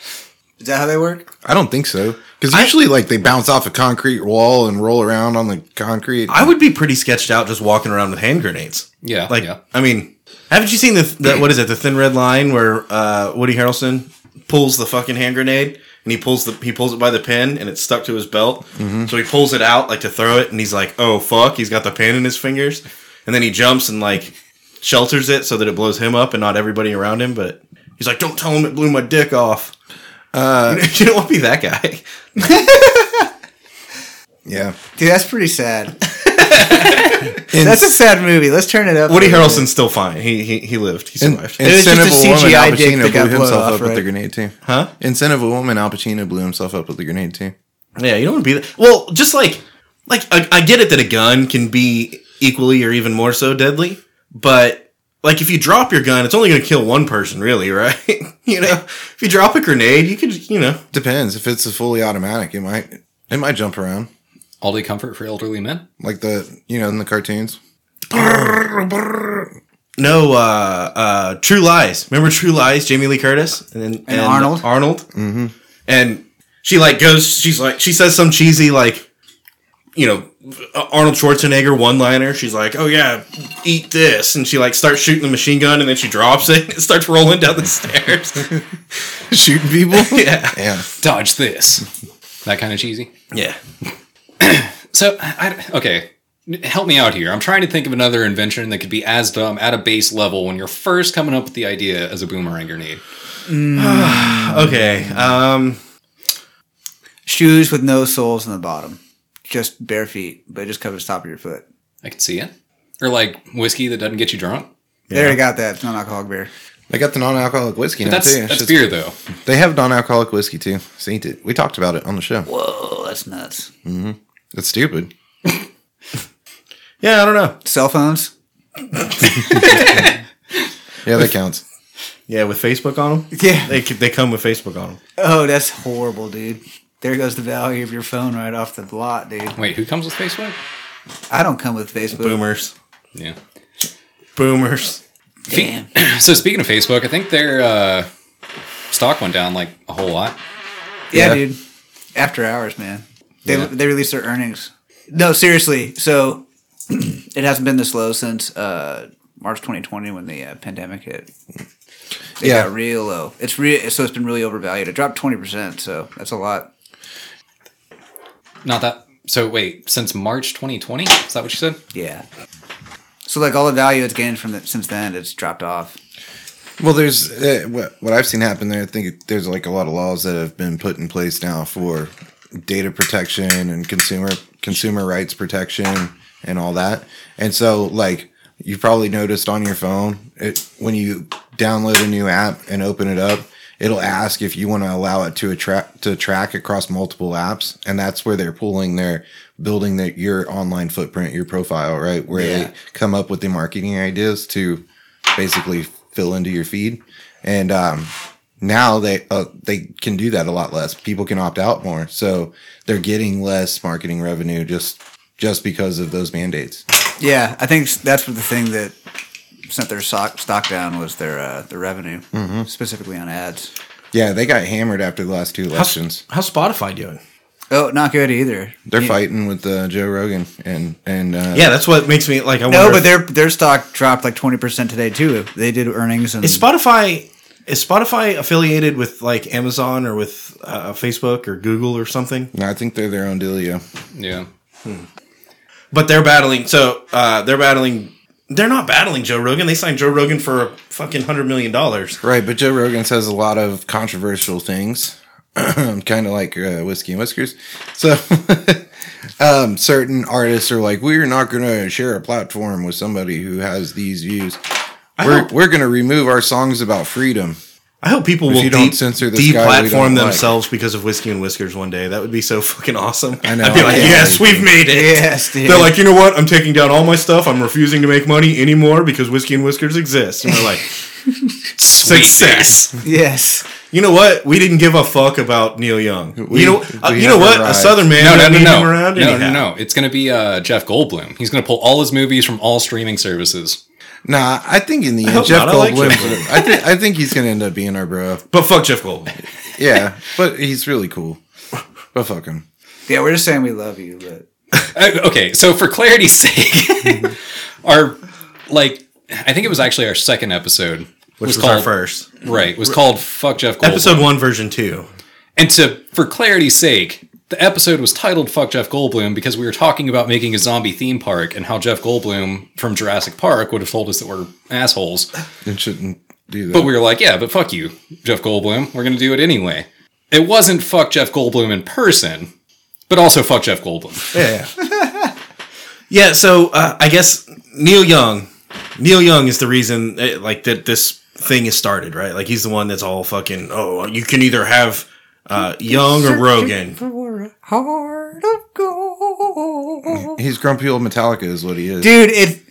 S4: Is that how they work?
S2: I don't think so, because usually like they bounce off a concrete wall and roll around on the concrete.
S1: I would be pretty sketched out just walking around with hand grenades
S3: Yeah,
S1: Like,
S3: yeah.
S1: I mean, haven't you seen the, the what is it? The Thin Red Line, where uh, Woody Harrelson pulls the fucking hand grenade, and he pulls the he pulls it by the pin, and it's stuck
S3: Mm-hmm.
S1: to his belt. So he pulls it out like to throw it, and he's like, "Oh fuck!" He's got the pin in his fingers. and then he jumps and like shelters it so that it blows him up and not everybody around him. But he's like, "Don't tell him it blew my dick off." Uh, you don't want to be that guy.
S2: Yeah.
S4: Dude, that's pretty sad. that's a sad movie. Let's turn it up.
S1: Woody
S4: a little
S1: Harrelson's still fine. He he, he lived. He
S2: In,
S1: survived.
S4: was just a
S2: incentive a woman,
S4: CGI
S2: Al
S4: dick
S2: Pacino
S4: that got
S2: blew
S4: blown
S2: himself
S4: off,
S2: up with the
S4: right?
S2: grenade too.
S1: Huh?
S2: Incentive a woman, Al Pacino blew himself up with the grenade too.
S1: Yeah, you don't want to be that. Well, just like like I, I get it that a gun can be equally or even more so deadly, but like if you drop your gun, it's only going to kill one person, really, right? you know, if you drop a grenade, you could, you know,
S2: Depends. If it's a fully automatic, it might it might jump around
S3: All day comfort for elderly men.
S2: like the you know in the cartoons.
S1: no. uh uh True Lies. Remember True Lies? Jamie Lee Curtis and and,
S4: Arnold.
S1: Arnold. Mm-hmm. And she like goes. She's like she says some cheesy like you know Arnold Schwarzenegger one liner. She's like, "Oh yeah, eat this," and she like starts shooting the machine gun, and then she drops it. And it starts rolling down the stairs.
S2: Shooting people.
S1: yeah,
S2: yeah.
S3: Dodge this. that kind of cheesy.
S1: yeah.
S3: So, I, I- okay, help me out here. I'm trying to think of another invention that could be as dumb at a base level when you're first coming up with the idea as a boomerang grenade.
S1: Okay. Um.
S4: shoes with no soles in the bottom, just bare feet, but it just covers the top of your foot.
S3: I can see it. Or like whiskey that doesn't get you drunk.
S4: They already got that. It's non-alcoholic beer.
S2: They got the non-alcoholic whiskey now
S3: That's
S2: too. It's
S3: that's
S2: just-
S3: beer though.
S2: They have non-alcoholic whiskey too. See, did- we talked about it on the show.
S4: Whoa, that's nuts.
S2: It's stupid.
S1: Yeah, I don't know.
S4: Cell phones.
S2: Yeah, that counts.
S1: Yeah, with Facebook on them,
S4: Yeah.
S1: they c- they come with Facebook on them.
S4: Oh, that's horrible, dude. There goes the value of your phone right off the lot, dude.
S3: Wait, who comes with Facebook?
S4: I don't come with Facebook.
S1: Boomers,
S3: Yeah.
S1: boomers.
S4: Damn.
S3: So speaking of Facebook, I think their uh, stock went down like a whole lot.
S4: Yeah,
S2: Yeah.
S4: dude. After hours, man. They
S3: Yeah.
S4: they released their earnings. No, seriously. So it hasn't been this low since uh, March 2020 when the uh, pandemic hit. It
S2: Yeah.
S4: got real low. It's real. So it's been really overvalued. It dropped 20. percent So that's a lot.
S3: Not that. So wait, since March 2020, is that what you said?
S4: Yeah. So like all the value it's gained from the, since then, it's dropped off.
S2: Well, there's uh, what, what I've seen happen there. I think there's like a lot of laws that have been put in place now for data protection and consumer consumer rights protection and all that. And so, like you probably noticed on your phone, it when you download a new app and open it up, it'll ask if you want to allow it to attract to track across multiple apps, and that's where they're pulling their building that your online footprint, your profile, right? Where
S4: Yeah.
S2: they come up with the marketing ideas to basically fill into your feed. And um, now they uh, they can do that a lot less. People can opt out more, so they're getting less marketing revenue just just because of those mandates.
S4: Yeah, I think that's what the thing that sent their stock, stock down was their uh, their revenue, specifically on ads.
S2: Yeah, they got hammered after the last two elections.
S1: How's Spotify doing?
S4: Oh, not good either.
S2: They're
S4: Yeah.
S2: fighting with uh, Joe Rogan and and uh,
S1: Yeah, that's what makes me like. I
S4: No,
S1: wonder
S4: but
S1: if-
S4: their their stock dropped like twenty percent today too. They did earnings and
S1: Is Spotify is Spotify affiliated with like Amazon or with uh, Facebook or Google or something?
S2: I think they're their own dealio.
S3: Yeah.
S1: But they're battling. So uh, they're battling. They're not battling Joe Rogan. They signed Joe Rogan for a fucking hundred million dollars.
S2: Right, but Joe Rogan says a lot of controversial things, kind of like uh, whiskey and whiskers. So, um, certain artists are like, we're not going to share a platform with somebody who has these views. We're
S1: hope-
S2: we're going to remove our songs about freedom.
S1: I hope people will
S2: you don't censor this guy, we don't
S1: deplatform
S2: like.
S1: themselves because of whiskey and whiskers one day. That would be so fucking awesome.
S2: I know,
S1: I'd be
S2: I
S1: like,
S2: can't
S1: yes,
S2: wait.
S1: we've made it.
S4: Yes, dude.
S1: They're like, you know what? I'm taking down all my stuff. I'm refusing to make money anymore because whiskey and whiskers exist. And we're like, success.
S4: yes,
S1: You know what? We didn't give a fuck about Neil Young.
S2: We-
S1: you know,
S2: we
S1: uh, you
S2: have
S1: know what? A
S2: arrived.
S1: Southern man.
S3: No, no,
S1: I
S3: no,
S1: need
S3: no,
S1: him around
S3: no, no,
S1: anyhow.
S3: no. It's going to be uh, Jeff Goldblum. He's going to pull all his movies from all streaming services.
S2: Nah, I think in the end,
S1: hope
S2: Jeff
S1: not. I like
S2: Goldblum.
S1: Jeff
S2: I think I think he's going to end up being our bro.
S1: But fuck Jeff Goldblum.
S2: Yeah, but he's really cool. But fuck him.
S4: yeah. We're just saying we love you, but
S3: Uh, okay, so for clarity's sake,
S1: Mm-hmm.
S3: our like I think it was actually our second episode,
S1: Which was, our
S3: called
S1: first
S3: right was called "Fuck Jeff Goldblum."
S1: episode one, version two.
S3: And to for clarity's sake, The episode was titled Fuck Jeff Goldblum because we were talking about making a zombie theme park and how Jeff Goldblum from Jurassic Park would have told us that we're assholes.
S2: It shouldn't do that.
S3: But we were like, yeah, but fuck you, Jeff Goldblum. We're going to do it anyway. It wasn't fuck Jeff Goldblum in person, but also fuck Jeff Goldblum.
S2: yeah, yeah.
S1: Yeah, so uh, I guess Neil Young, Neil Young is the reason eh, like that this thing is started, right? Like he's the one that's all fucking. Oh, you can either have uh, Young or Rogan.
S4: Heart of gold.
S2: he's grumpy old Metallica is what he is.
S4: Dude, it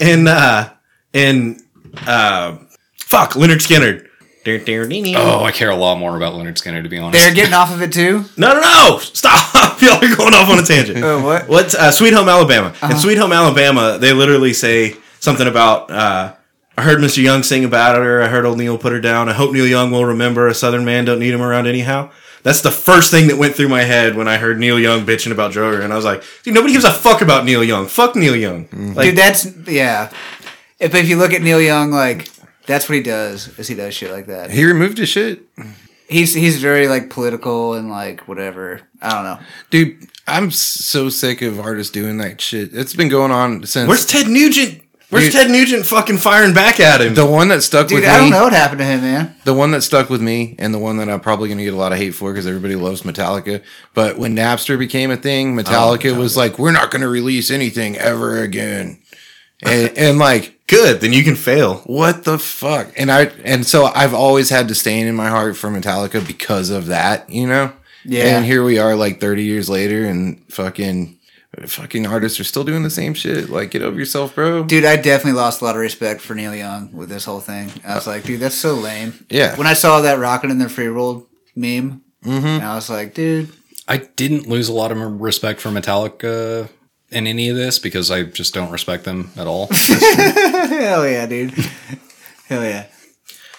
S1: and uh and uh fuck Leonard Skinner.
S3: Oh, I care a lot more about Leonard Skinner, to be honest.
S4: they're getting off of it too.
S1: No, no, no! Stop! Y'all are going off on a tangent.
S4: Oh, what?
S1: What's uh, Sweet Home Alabama? In Sweet Home Alabama, they literally say something about. Uh, I heard Mr. Young sing about her. I heard old Neil put her down. I hope Neil Young will remember. A Southern man don't need him around anyhow. That's the first thing that went through my head when I heard Neil Young bitching about Droger, and I was like, dude, nobody gives a fuck about Neil Young. Fuck Neil Young. Like,
S4: Dude, that's yeah. If if you look at Neil Young, like that's what he does. Is he does shit like that?
S2: He removed his shit.
S4: He's he's very like political and like whatever. I don't know.
S2: Dude, I'm s- so sick of artists doing that shit. It's been going on since
S1: Where's Ted Nugent? Where's
S2: Dude.
S1: Ted Nugent fucking firing back at him?
S2: the one that stuck
S4: Dude,
S2: with
S4: I
S2: me.
S4: don't know what happened to him, man.
S2: The one that stuck with me, and the one that I'm probably going to get a lot of hate for because everybody loves Metallica. But when Napster became a thing, Metallica, was like, "We're not going to release anything ever again," and, and like,
S1: Good, then you can fail.
S2: what the fuck? And I and so I've always had disdain in my heart for Metallica because of that, you know.
S4: Yeah.
S2: And here we are, like 30 years later, and fucking, fucking artists are still doing the same shit. Like, get over yourself, bro.
S4: Dude, I definitely lost a lot of respect for Neil Young with this whole thing. I was like, dude, that's so lame.
S2: Yeah.
S4: When I saw that rocking in the free world meme,
S2: Mm-hmm.
S4: I was like, dude,
S3: I didn't lose a lot of respect for Metallica in any of this because I just don't respect them at all.
S4: hell yeah, dude, hell yeah.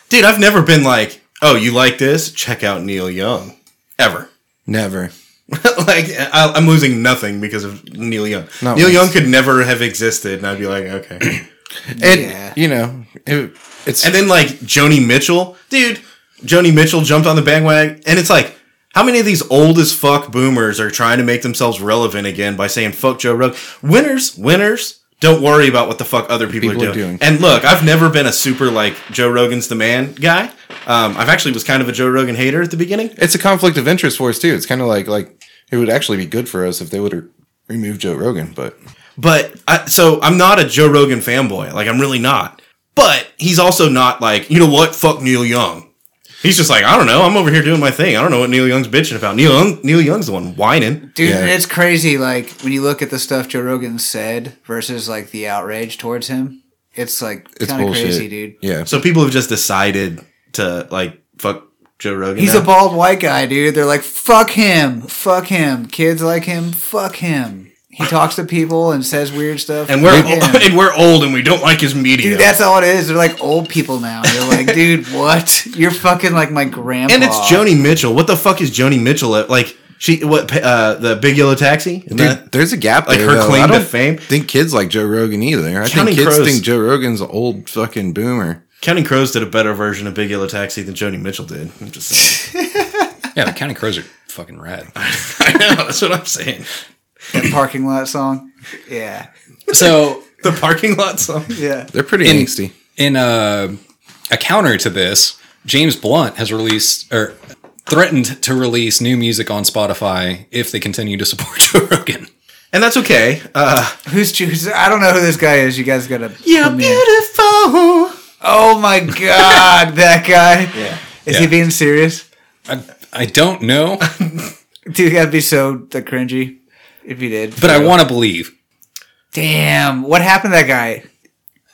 S1: Dude, I've never been like, oh, you like this? Check out Neil Young. Ever.
S2: Never.
S1: like, I, I'm losing nothing because of Neil Young.
S2: Not
S1: Neil
S2: once.
S1: Young could never have existed, and I'd be like, okay.
S2: And
S4: Yeah.
S2: you know, it, it's
S1: and then, like, Joni Mitchell. Dude, Joni Mitchell jumped on the bandwagon, and it's like, how many of these old as fuck boomers are trying to make themselves relevant again by saying fuck Joe Rogan? Winners, winners. Don't worry about what the fuck other people,
S2: People
S1: are,
S2: are
S1: doing.
S2: doing.
S1: And look, I've never been a super like Joe Rogan's the man guy. Um, I've actually was kind of a Joe Rogan hater at the beginning.
S2: it's a conflict of interest for us too. It's kind of like like it would actually be good for us if they would re- remove Joe Rogan, but
S1: But I, so I'm not a Joe Rogan fanboy. Like I'm really not. But he's also not like you know what? Fuck Neil Young. He's just like I don't know. I'm over here doing my thing. I don't know what Neil Young's bitching about. Neil Young, Neil Young's the one whining.
S4: Dude,
S2: Yeah.
S4: it's crazy. Like when you look at the stuff Joe Rogan said versus like the outrage towards him, it's like
S2: it's
S4: kind of
S2: bullshit.
S4: crazy, dude.
S2: Yeah,
S1: So people have just decided to like fuck Joe Rogan.
S4: He's
S1: now.
S4: a bald white guy, dude. They're like, fuck him, fuck him. Kids like him, fuck him. He talks to people and says weird stuff.
S1: and we're
S4: fuck him.
S1: and we're old and we don't like his media.
S4: Dude, that's all it is. They're like old people now. They're like, dude, what? You're fucking like my grandpa.
S1: and it's Joni Mitchell. What the fuck is Joni Mitchell at? like? She what uh, the Big Yellow Taxi? Isn't
S2: dude,
S1: that-
S2: there's a gap
S1: like
S2: there.
S1: her
S2: though.
S1: claim
S2: I
S1: to
S2: don't
S1: fame?
S2: Think kids like Joe Rogan either. I
S1: Counting
S2: think kids
S1: Crows.
S2: think Joe Rogan's an old fucking boomer.
S1: Counting Crows did a better version of Big Yellow Taxi than Joni Mitchell did. I'm just saying.
S3: yeah, the County Crows are fucking rad.
S1: I know. That's what I'm saying.
S4: That parking lot song. Yeah.
S3: So
S1: The parking lot song.
S4: Yeah.
S2: They're pretty
S3: In-
S2: angsty.
S3: in a, a counter to this, James Blunt has released or threatened to release new music on Spotify if they continue to support Joe Rogan.
S1: And that's okay. Uh,
S4: Who's choosing? I don't know who this guy is. You guys gotta.
S1: You're
S4: put me in.
S1: beautiful.
S4: Oh my god, that guy. Yeah. Is he
S3: Yeah.
S4: being serious?
S3: I, I don't know,
S4: Dude, that'd be so the cringy if he did.
S3: but I want to believe.
S4: Damn, what happened to that guy?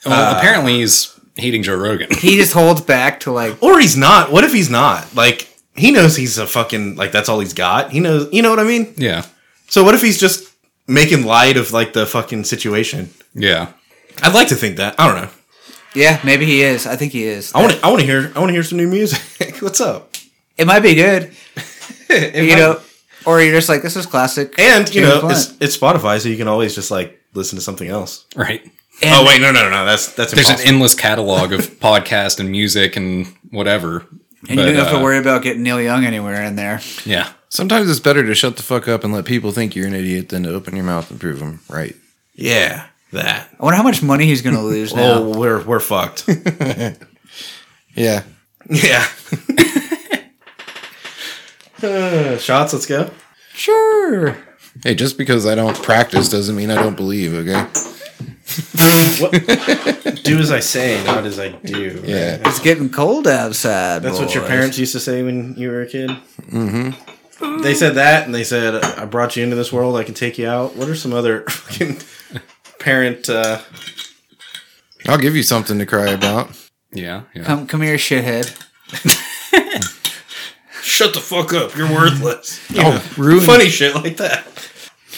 S3: Well, apparently he's hating Joe Rogan.
S4: He just holds back to like.
S1: Or he's not. What if he's not? Like, he knows he's a fucking, like, that's all he's got. He knows, you know what I mean?
S3: Yeah,
S1: So what if he's just making light of, like, the fucking situation?
S3: yeah.
S1: I'd like to think that. I don't know.
S4: Yeah, maybe he is. I think he is.
S1: I want to. I want to hear. I want to hear some new music. What's up?
S4: It might be good, you know. Or you're just like, this is classic.
S1: And you
S4: James
S1: know,
S4: Blunt.
S1: it's, it's Spotify, so you can always just like listen to something else.
S3: Right.
S4: And-
S1: Oh wait, no, no, no, no. That's that's
S3: There's
S1: impossible.
S3: an endless catalog of podcast and music and whatever.
S4: And you
S3: But,
S4: don't have
S3: uh,
S4: to worry about getting Neil Young anywhere in there.
S3: Yeah.
S2: Sometimes it's better to shut the fuck up and let people think you're an idiot than to open your mouth and prove them right.
S1: Yeah, that.
S4: I wonder how much money he's going to lose now.
S1: Oh, we're we're fucked.
S2: Yeah.
S1: yeah. Uh, shots. Let's go.
S4: Sure.
S2: Hey, just because I don't practice doesn't mean I don't believe, okay?
S1: Do as I say, not as I do. right?
S2: Yeah.
S4: It's getting cold outside.
S1: That's what your
S4: boys.
S1: parents used to say when you were a kid. Mm-hmm. They said that, and they said, "I brought you into this world. I can take you out." What are some other fucking parent? Uh,
S2: I'll give you something to cry about.
S3: Yeah. Yeah.
S4: Come, come here, shithead.
S1: Shut the fuck up! You're worthless. You know,
S2: Oh, ruin
S1: funny shit like that.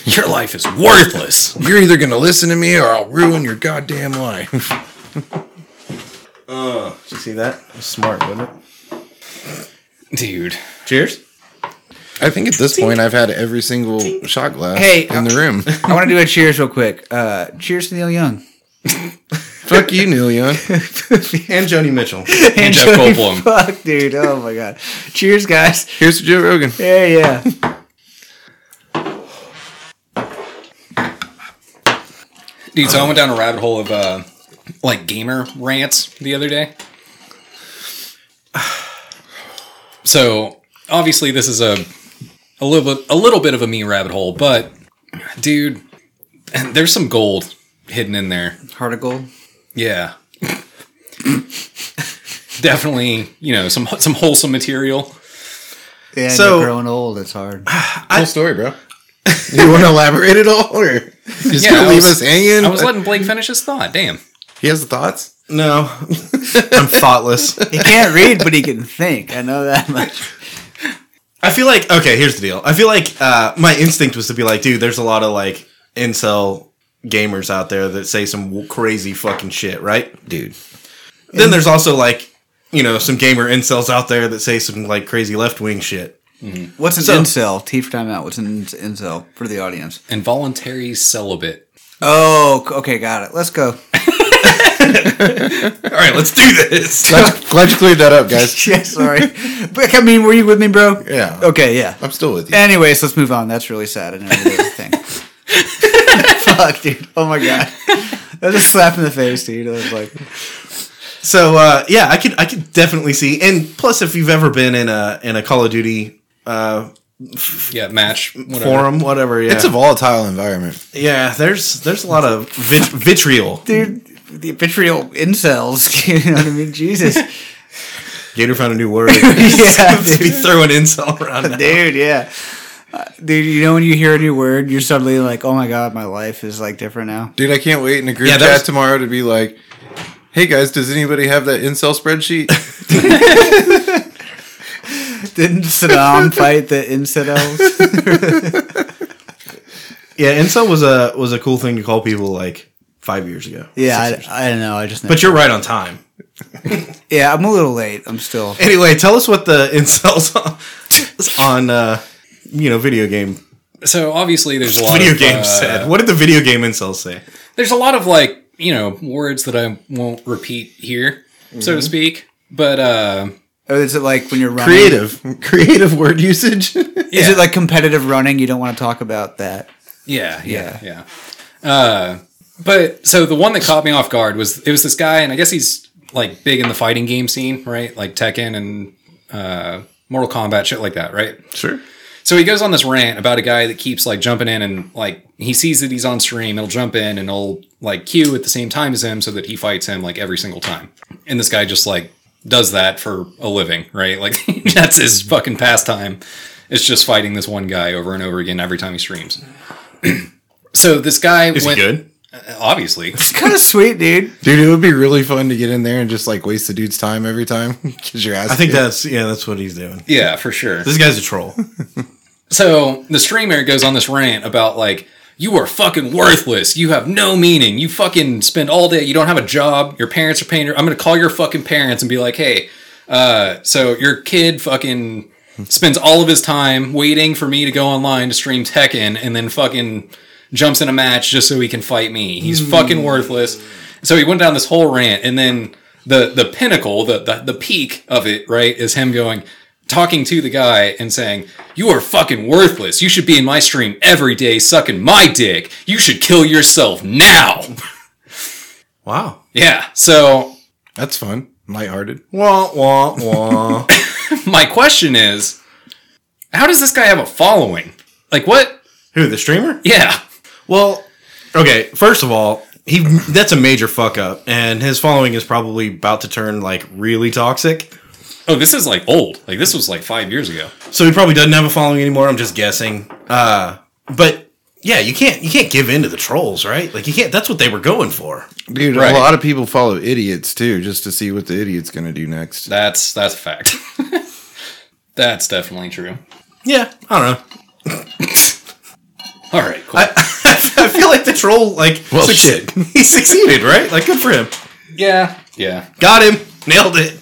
S3: Your life is worthless.
S2: You're either going to listen to me or I'll ruin your goddamn life.
S1: Did you see that? It was smart, wasn't it?
S3: Dude.
S1: Cheers.
S2: I think at this point I've had every single shot glass
S4: Hey,
S2: in the room.
S4: I want to do a cheers real quick. Uh, cheers to Neil Young.
S2: Fuck you, Neil Young.
S1: And Joni Mitchell.
S4: And
S3: Jeff
S4: Jody
S3: Goldblum.
S4: Fuck, dude. Oh, my God. cheers, guys.
S2: Here's to Joe Rogan.
S4: Yeah, yeah.
S3: Dude, so I went down a rabbit hole of uh, like gamer rants the other day. So obviously, this is a a little bit a little bit of a me rabbit hole, but dude, there's some gold hidden in there.
S4: Heart of gold.
S3: Yeah, definitely. You know, some some wholesome material.
S4: Yeah,
S1: So-
S4: you're growing old. It's hard.
S2: Whole story, bro. You want to elaborate at all, or just
S3: Yeah,
S2: gonna
S3: I
S2: leave us
S3: was-
S2: hanging?
S3: I was letting Blake finish his thought. Damn.
S2: he has thoughts.
S1: No, I'm thoughtless.
S4: He can't read, but he can think. I know that much.
S1: I feel like okay. Here's the deal. I feel like uh, my instinct was to be like, dude, there's a lot of like incel gamers out there that say some w- crazy fucking shit, right?
S2: Dude.
S1: Then there's also like, you know, some gamer incels out there that say some like crazy left wing shit.
S4: What's an
S1: So-
S4: incel? T for time out. What's an in- incel for the audience?
S3: Involuntary celibate.
S4: Oh, c- okay. Got it. Let's go.
S1: All right, let's do this.
S2: Glad, glad you cleared that up, guys.
S4: yeah, sorry. But I mean, were you with me, bro?
S2: Yeah.
S4: Okay, yeah.
S2: I'm still with you.
S4: Anyways, let's move on. That's really sad. I know the thing. Fuck, dude. Oh my god. That was a slap in the face, dude. I was like,
S1: So uh, yeah, I could I could definitely see. And plus, if you've ever been in a in a Call of Duty uh,
S3: Yeah, match. Whatever.
S1: forum, whatever, yeah,
S2: It's a volatile environment.
S1: yeah. There's there's a lot of vit- vitriol.
S4: dude, the vitriol incels. You know what I mean? Jesus,
S1: Gator found a new word.
S4: Yeah,
S1: to be throwing incel around. now.
S4: dude. Yeah, Uh, dude. You know when you hear a new word, you're suddenly like, oh my god, my life is like different now.
S2: Dude, I can't wait in a group
S1: Yeah, that
S2: chat
S1: was-
S2: tomorrow to be like, hey guys, does anybody have that incel spreadsheet?
S4: Didn't Saddam fight the incels?
S1: Yeah, incel was a was a cool thing to call people like five years ago.
S4: Yeah,
S1: Six years.
S4: I, I don't know. I just know.
S1: but you're right on time.
S4: yeah, I'm a little late. I'm still.
S1: Anyway, tell us what the incels on, on uh, you know video game
S3: So obviously, there's a lot
S1: video
S3: of
S1: games
S3: uh,
S1: said. What did the video game incels say?
S3: there's a lot of like you know words that I won't repeat here, so to speak. But uh,
S4: Oh, is it like when you're running?
S2: creative. Creative word usage.
S4: Is
S3: Yeah.
S4: it like competitive running? You don't want to talk about that.
S3: yeah, yeah, yeah. Uh, but so the one that caught me off guard was it was this guy, and I guess he's like big in the fighting game scene, right? Like Tekken and uh, Mortal Kombat, shit like that, right?
S1: Sure.
S3: So he goes on this rant about a guy that keeps like jumping in and like he sees that he's on stream, he'll jump in and he'll like queue at the same time as him so that he fights him like every single time. And this guy just like does that for a living, right? Like that's his fucking pastime. It's just fighting this one guy over and over again every time he streams. so this guy
S1: Is
S3: went
S1: it good?
S3: obviously.
S4: It's kind of sweet, dude.
S2: Dude, it would be really fun to get in there and just like waste the dude's time every time. Cause your ass.
S1: I think
S2: kicked.
S1: that's yeah, that's what he's doing.
S3: Yeah, for sure.
S1: This guy's a troll.
S3: So the streamer goes on this rant about like, you are fucking worthless. You have no meaning. You fucking spend all day. You don't have a job. Your parents are paying. Your, I'm gonna call your fucking parents and be like, hey, uh, so your kid fucking spends all of his time waiting for me to go online to stream Tekken and then fucking jumps in a match just so he can fight me. He's fucking worthless. So he went down this whole rant and then the the pinnacle, the, the the peak of it, right, is him going talking to the guy and saying, "You are fucking worthless. You should be in my stream every day, sucking my dick. You should kill yourself now."
S1: Wow.
S3: yeah. So
S2: That's fun. Lighthearted.
S1: Wah wah wah.
S3: my question is, how does this guy have a following? Like what?
S1: Who the streamer?
S3: Yeah.
S1: Well, okay. First of all, he that's a major fuck up, and his following is probably about to turn like really toxic.
S3: Oh, this is like old. Like this was like five years ago.
S1: So he probably doesn't have a following anymore. I'm just guessing. Uh, but yeah, you can't you can't give in to the trolls, right? Like you can't. That's what they were going for.
S2: Dude,
S3: Right.
S2: a lot of people follow idiots too, just to see what the idiot's going to do next.
S3: That's that's a fact. that's definitely true.
S1: Yeah, I don't know.
S3: All right, cool.
S1: I feel like the troll like
S2: Well,
S1: suc-
S2: shit.
S1: he succeeded, right? Like good for him.
S3: yeah, yeah.
S1: Got him. Nailed it.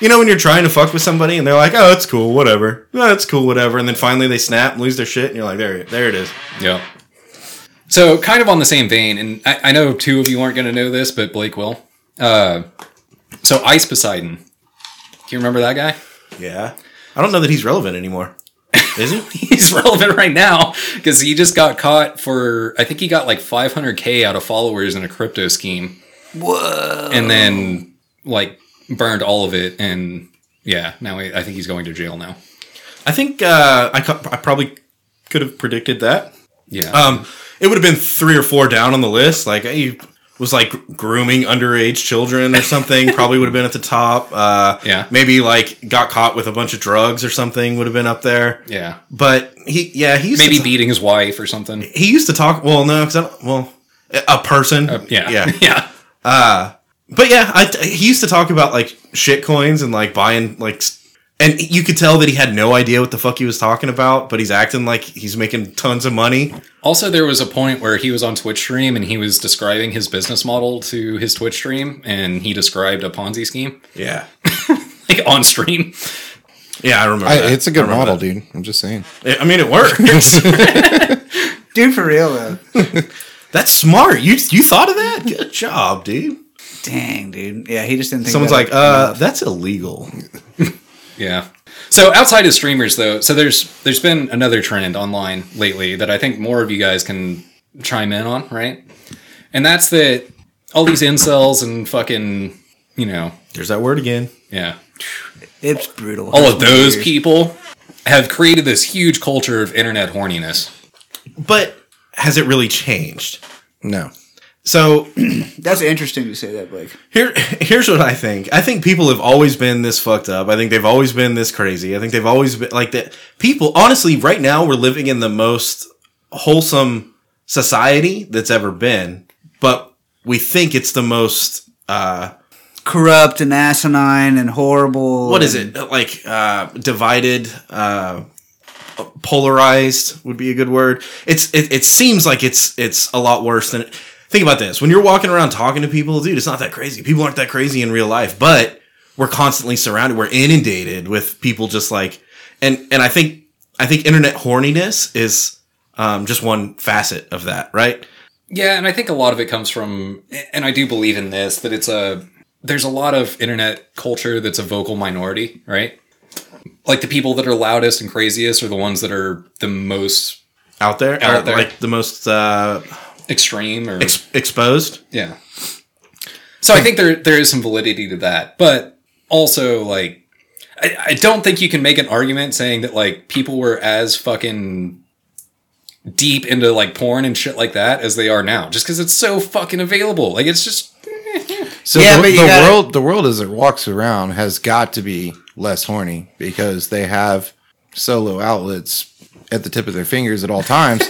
S1: You know when you're trying to fuck with somebody and they're like, "Oh, it's cool, whatever. Oh, it's cool, whatever," and then finally they snap and lose their shit, and you're like, "There, there it is."
S3: Yeah. So, kind of on the same vein, and I, I know two of you aren't going to know this, but Blake will. Uh, so, Ice Poseidon. Do you remember that guy?
S1: Yeah, I don't know that he's relevant anymore. Is he?
S3: He's relevant right now because he just got caught for, I think he got like 500K out of followers in a crypto scheme
S4: Whoa.
S3: and then like burned all of it. And yeah, now he, I think he's going to jail now.
S1: I think uh, I co- I probably could have predicted that.
S3: Yeah.
S1: Um, it would have been three or four down on the list. Like he was like grooming underage children or something. probably would have been at the top. Uh,
S3: Yeah.
S1: maybe like got caught with a bunch of drugs or something would have been up there.
S3: yeah.
S1: But he, yeah, he used
S3: Maybe
S1: to ta-
S3: beating his wife or something.
S1: he used to talk. Well, no, because I don't. Well, a person.
S3: Uh, Yeah.
S1: yeah.
S3: yeah.
S1: But yeah, I, he used to talk about like shit coins and like buying like, s- and you could tell that he had no idea what the fuck he was talking about, but he's acting like he's making tons of money.
S3: Also, there was a point where he was on Twitch stream and he was describing his business model to his Twitch stream, and he described a Ponzi scheme
S1: Yeah,
S3: like on stream.
S1: yeah, I remember.
S2: I,
S1: that.
S2: it's a good
S1: I remember
S2: model, dude. I'm just saying.
S1: that. I I mean, it works.
S4: Dude, for real though.
S1: That's smart. You you thought of that? Good job, dude.
S4: Dang, dude. Yeah, he just didn't think
S1: Someone's
S4: about
S1: like,
S4: it.
S1: uh, that's illegal.
S3: Yeah. So outside of streamers, though, so there's there's been another trend online lately that I think more of you guys can chime in on, right? And that's that all these incels and fucking, you know,
S1: There's that word again.
S3: yeah,
S4: it's brutal.
S3: all
S4: Hurts
S3: of
S4: my
S3: "Oh, those
S4: ears.
S3: people have created this huge culture of internet horniness.
S1: But has it really changed?
S2: No.
S1: So
S4: That's interesting you say that, Blake.
S1: Here, here's what I think. I think people have always been this fucked up. I think they've always been this crazy. I think they've always been like that. People, honestly, right now we're living in the most wholesome society that's ever been, but we think it's the most, uh,
S4: Corrupt and asinine and horrible.
S1: what is it? Like, uh, divided, uh, polarized would be a good word. It's, it, it seems like it's, it's a lot worse than, think about this. When you're walking around talking to people, dude, it's not that crazy. People aren't that crazy in real life, but we're constantly surrounded. We're inundated with people just like, and, and I think, I think internet horniness is, um, just one facet of that, right?
S3: Yeah, and I think a lot of it comes from, and I do believe in this that it's a there's a lot of internet culture that's a vocal minority, right? Like the people that are loudest and craziest are the ones that are the most
S1: Out there, Or,
S3: Out there.
S1: like the most, uh,
S3: extreme, or
S1: ex- exposed.
S3: yeah. So I think there there is some validity to that, but also like I, I don't think you can make an argument saying that like people were as fucking deep into like porn and shit like that as they are now, just because it's so fucking available. Like it's just
S2: So
S4: Yeah,
S2: the,
S4: but you
S2: the
S4: gotta-
S2: world, the world as it walks around, has got to be less horny because they have solo outlets at the tip of their fingers at all times.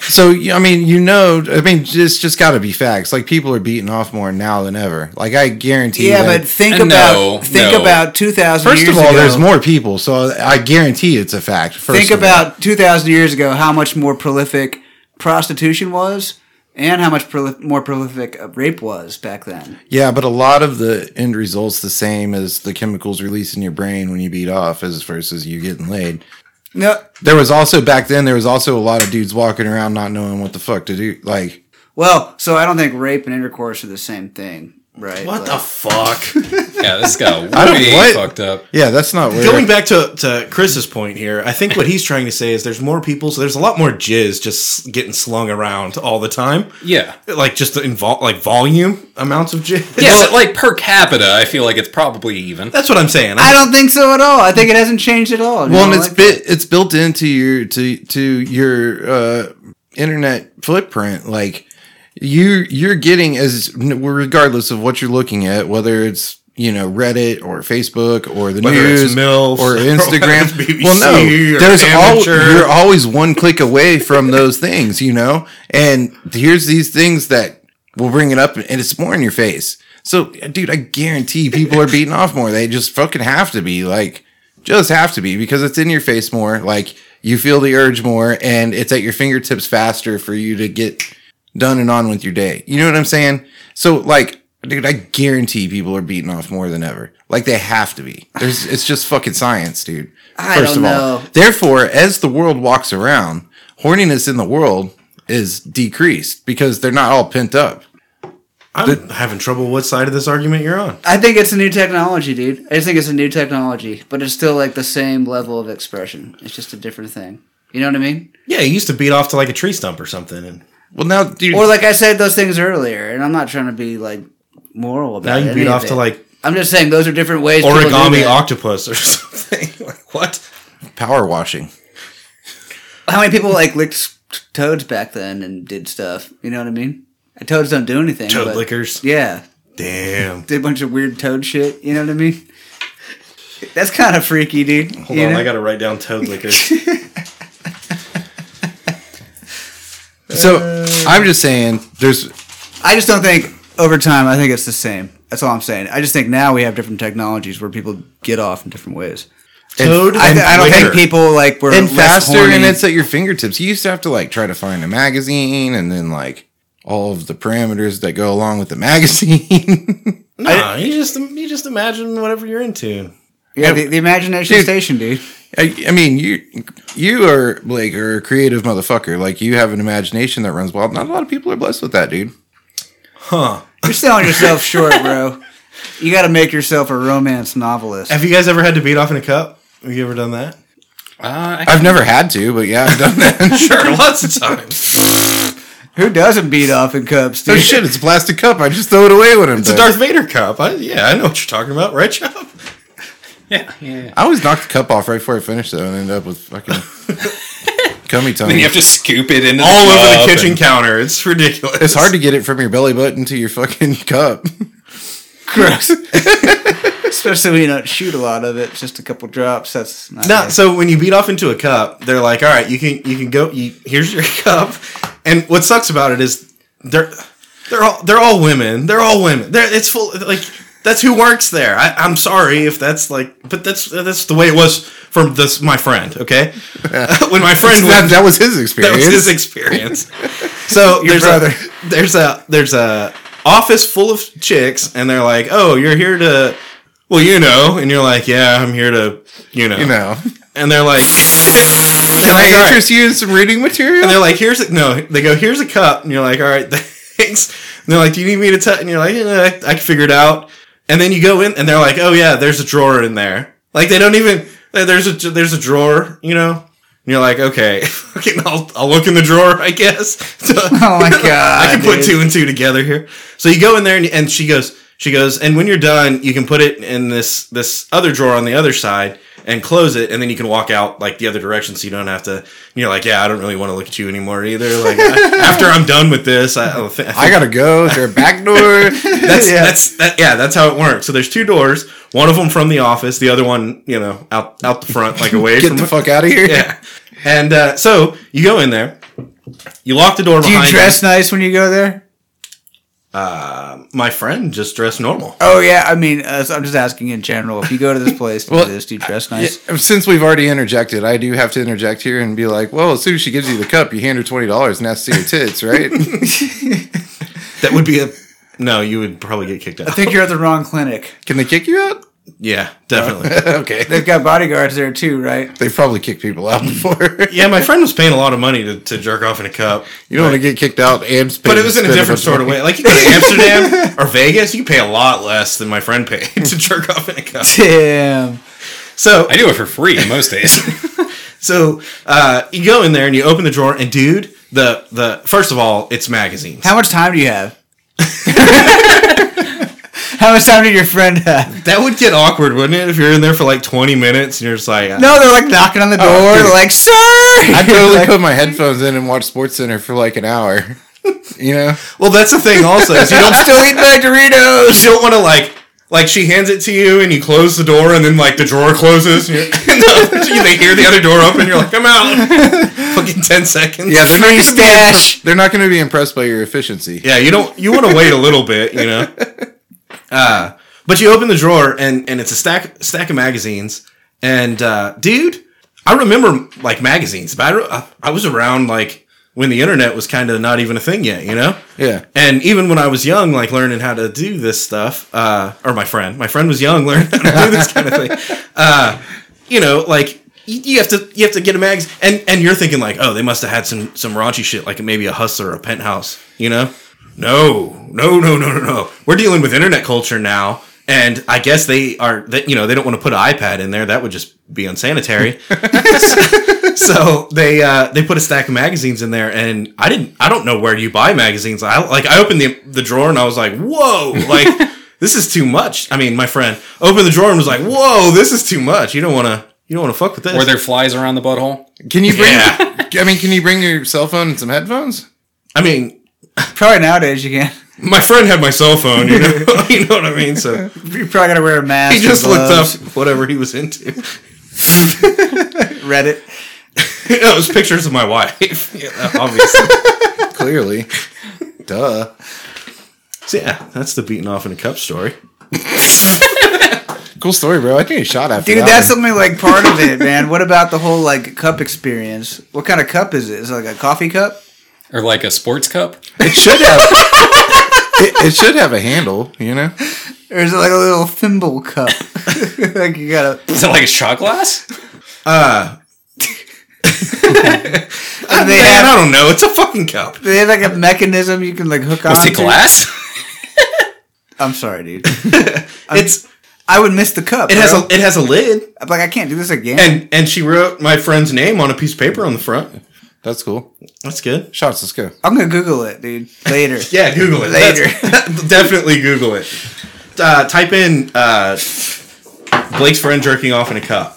S2: so you- I mean, you know, I mean, it's just got to be facts. Like people are beating off more now than ever. Like I guarantee.
S4: Yeah,
S2: that-
S4: but think
S3: Uh,
S4: about
S3: no,
S4: think
S3: no.
S4: about two thousand
S2: First
S4: years
S2: of all,
S4: ago.
S2: there's more people, so I guarantee it's a fact. First
S4: think
S2: of all.
S4: about 2000 years ago how much more prolific prostitution was and how much proli- more prolific uh, rape was back then
S2: yeah, but a lot of the end results the same as the chemicals released in your brain when you beat off, as versus you getting laid.
S4: no
S2: There was also back then. There was also a lot of dudes walking around not knowing what the fuck to do. Like,
S4: well so i don't think rape and intercourse are the same thing right?
S1: What
S4: Like,
S1: the fuck?
S3: Yeah, this got
S2: I don't-
S3: way
S2: what?
S3: fucked up.
S2: Yeah, that's not where.
S1: Going back to, to Chris's point here, I think what he's trying to say is there's more people, so there's a lot more jizz just getting slung around all the time.
S3: Yeah.
S1: Like just the invol- like volume amounts of jizz.
S3: Yeah, but like per capita, I feel like it's probably even.
S1: That's what I'm saying.
S4: I don't think so at all. I think it hasn't changed at
S2: well,
S4: all.
S2: and
S4: You know,
S2: it's
S4: like-
S2: bit it's built into your to to your uh, internet footprint. Like you you're getting as regardless of what you're looking at, whether it's you know Reddit or Facebook or the
S1: Whether it's
S2: news
S1: MILF
S2: or
S1: or
S2: Instagram.
S1: whether it's
S2: well,
S1: BBC
S2: no,
S1: or
S2: there's all
S1: amateur.
S2: you're always one click away from those things, you know. And here's these things that will bring it up, and it's more in your face. So, dude, I guarantee people are beating off more. They just fucking have to be like, just have to be because it's in your face more. Like you feel the urge more, and it's at your fingertips faster for you to get done and on with your day. You know what I'm saying? So, like. Dude, I guarantee people are beating off more than ever. Like they have to be. There's, it's just fucking science, dude.
S4: I don't know.
S2: Therefore, as the world walks around, horniness in the world is decreased because they're not all pent up.
S1: I'm having trouble what side of this argument you're on.
S4: I think it's a new technology, dude. I just think it's a new technology, but it's still like the same level of expression. It's just a different thing. You know what I mean?
S1: Yeah, he used to beat off to like a tree stump or something, and
S2: Well, now, dude,
S4: Or like I said those things earlier, and I'm not trying to be like moral about
S1: now you
S4: any
S1: beat
S4: of
S1: off
S4: it.
S1: to like
S4: I'm just saying those are different ways. people do
S1: origami
S4: that.
S1: octopus or something. like what?
S2: power washing.
S4: How many people like licked s- toads back then and did stuff? You know what I mean? And Toads don't do anything.
S1: Toad
S4: but-
S1: lickers.
S4: Yeah,
S1: Damn.
S4: did a bunch of weird toad shit. You know what I mean? That's kind of freaky, dude.
S1: Hold
S4: you
S1: on,
S4: know?
S1: I gotta write down toad lickers.
S2: So
S4: Uh.
S2: I'm just saying, there's
S4: I just don't think over time. I think it's the same. That's all I'm saying. I just think now we have different technologies where people get off in different ways.
S1: toad.
S4: I,
S1: and
S4: I don't
S1: licker.
S4: think people like were
S2: and
S4: less
S2: faster,
S4: horny.
S2: and it's at your fingertips. You used to have to like try to find a magazine, and then like all of the parameters that go along with the magazine.
S1: Nah, you just you just imagine whatever you're into.
S4: yeah, the, the imagination
S2: Dude.
S4: station, dude.
S2: I, I mean, you you are like are a creative motherfucker. Like you have an imagination that runs wild. Not a lot of people are blessed with that, dude.
S1: Huh.
S4: You're selling yourself short, bro. You got to make yourself a romance novelist.
S1: Have you guys ever had to beat off in a cup? Have you ever done that?
S3: Uh, I,
S2: I've never had to, but yeah, I've done that.
S1: Sure, lots of times.
S4: Who doesn't beat off in cups,
S2: Oh
S4: dude?
S2: shit, it's a plastic cup. I just throw it away when I'm
S1: It's a
S2: done.
S1: Darth Vader cup. I, yeah, I know what you're talking about, right, Chop?
S3: yeah, yeah, yeah.
S2: I always knock the cup off right before I finish though and end up with fucking cummy tongue.
S3: Then you have to scoop it into
S1: All over the
S3: cup
S1: kitchen
S3: and-
S1: counter. It's ridiculous.
S2: it's hard to get it from your belly button to your fucking cup. Gross.
S4: Especially when you don't shoot a lot of it. Just a couple drops. That's not
S1: No,
S4: good.
S1: so when you beat off into a cup, they're like, "All right, you can you can go. You, here's your cup." And what sucks about it is they're they're all they're all women. They're all women. They're, it's full like that's who works there. I, I'm sorry if that's like, but that's that's the way it was from this my friend. Okay, when my friend
S2: that,
S1: went,
S2: that was his
S1: that
S2: experience.
S1: was his experience. So there's
S2: brother.
S1: a there's a there's a office full of chicks, and they're like, "Oh, you're here to." Well, you know, and you're like, yeah, I'm here to, you know,
S2: you know.
S1: and they're like,
S2: Can I interest you in some reading
S1: and
S2: material?
S1: they're like, here's a, no, they go, here's a cup, and you're like, all right, thanks. And they're like, do you need me to tell? And you're like, yeah, I, I can figure it out. And then you go in, and they're like, oh yeah, there's a drawer in there. Like they don't even uh, there's a there's a drawer, you know. And you're like, okay, fucking, I'll, I'll look in the drawer, I guess.
S4: Oh my god!
S1: I can put
S4: dude.
S1: two and two together here. So you go in there, and, and she goes, she goes, and when you're done, you can put it in this this other drawer on the other side and close it, and then you can walk out like the other direction, so you don't have to. And you're like, yeah, I don't really want to look at you anymore either. Like I- after I'm done with this, I, I, think, I
S2: I gotta go. Is there a back door?
S1: that's that's that, yeah, that's how it works. So there's two doors, one of them from the office, the other one, you know, out out the front, like away
S2: Get
S1: from
S2: the fuck out of here.
S1: Yeah, and uh, so you go in there, you lock the door
S4: Do you
S1: behind
S4: dress nice when you go there?
S1: you. My friend just dressed normal.
S4: Oh yeah, I mean, uh, so I'm just asking in general. If you go to this place to
S2: Well,
S4: do this, do you dress
S2: Yeah, um,
S4: nice?
S2: Since we've already interjected, I do have to interject here and be like, well, as soon as she gives you the cup, you hand her twenty dollars and that's to your tits, right?
S1: That would be a no. You would probably get kicked out.
S4: I think you're at the wrong clinic.
S2: Can they kick you out?
S1: Yeah, definitely.
S2: okay.
S4: They've got bodyguards there too, right?
S2: They've probably kicked people out before.
S1: yeah, my friend was paying a lot of money to, to jerk off in a cup.
S2: You don't want to get kicked out and spend,
S1: But it was in a
S2: spend
S1: different
S2: bunch
S1: sort of
S2: money.
S1: way. Like you go to Amsterdam or Vegas, you pay a lot less than my friend paid to jerk off in a cup.
S4: Damn.
S1: So
S3: I do it for free most days.
S1: so uh, you go in there and you open the drawer and dude, the the first of all, it's magazines.
S4: How much time do you have? How much time did your friend have?
S1: That would get awkward, wouldn't it? If you're in there for like 20 minutes and you're just like,
S4: No, they're like knocking on the door.
S2: dude.
S4: they're like, sir.
S2: I totally put my headphones in and watch Sports Center for like an hour. You know,
S1: Well, that's the thing. Also, is you don't
S4: still eating my Doritos.
S1: you don't want to like like she hands it to you and you close the door and then like the drawer closes and, you're, and the, they hear the other door open. You're like, I'm out. Fucking 10 seconds.
S2: yeah, they're not gonna
S4: Free
S2: be impre-
S4: stash.
S2: they're not going to be impressed by your efficiency.
S1: Yeah, you don't you want to wait a little bit, you know. Uh, but you open the drawer and and it's a stack stack of magazines. And uh, dude, I remember like magazines, but I, re- I- I was around like when the internet was kind of not even a thing yet, you know.
S2: Yeah.
S1: And even when I was young, like learning how to do this stuff, uh, or my friend, my friend was young, learning how to do this kind of thing. Uh, you know, like y- you have to you have to get a magazine, and and you're thinking like, oh, they must have had some some raunchy shit, like maybe a hustler or a penthouse, you know? No, no, no, no, no, no. We're dealing with internet culture now, and I guess they are that you know they don't want to put an iPad in there. That would just be unsanitary. so they uh, they put a stack of magazines in there, and I didn't. I don't know where you buy magazines. I like I opened the the drawer and I was like, whoa, like this is too much. I mean, my friend opened the drawer and was like, whoa, this is too much. You don't want to. You don't want to fuck with this.
S3: Were there flies around the butthole?
S2: Can you bring?
S1: Yeah.
S2: I mean, can you bring your cell phone and some headphones?
S1: I mean,
S4: Probably nowadays you can.
S1: my friend had my cell phone. You know, you know what I mean. So
S4: You probably gotta wear a mask.
S1: he just
S4: and
S1: looked
S4: gloves.
S1: up whatever he was into.
S4: Reddit.
S1: it was pictures of my wife, you know, obviously.
S2: Clearly, duh.
S1: so yeah, that's the beating off in a cup story.
S2: Cool story, bro. I think you shot after
S4: Dude,
S2: that
S4: that's
S2: one.
S4: only like part of it, man. What about the whole like cup experience? What kind of cup is it? Is it like a coffee cup?
S3: Or like a sports cup?
S2: it should have. it, it should have a handle. You know,
S4: Or is it like a little thimble cup? like you gotta
S3: Is it like a shot glass?
S4: and they
S1: Man,
S4: have
S1: I don't know. It's a fucking cup.
S4: they have like a mechanism you can like hook on.
S3: Was it glass?
S4: I'm sorry, dude.
S1: It's
S4: Um, I would miss the cup.
S1: it has a
S4: bro.
S1: it has a lid.
S4: I'm like I can't do this again.
S1: And and she wrote my friend's name on a piece of paper on the front.
S2: that's cool.
S1: That's good.
S2: Shots. Let's go.
S4: I'm gonna Google it, dude. Later.
S1: Yeah, Google it
S4: Later.
S1: That's- definitely Google it. Uh, type in uh, Blake's friend jerking off in a cup.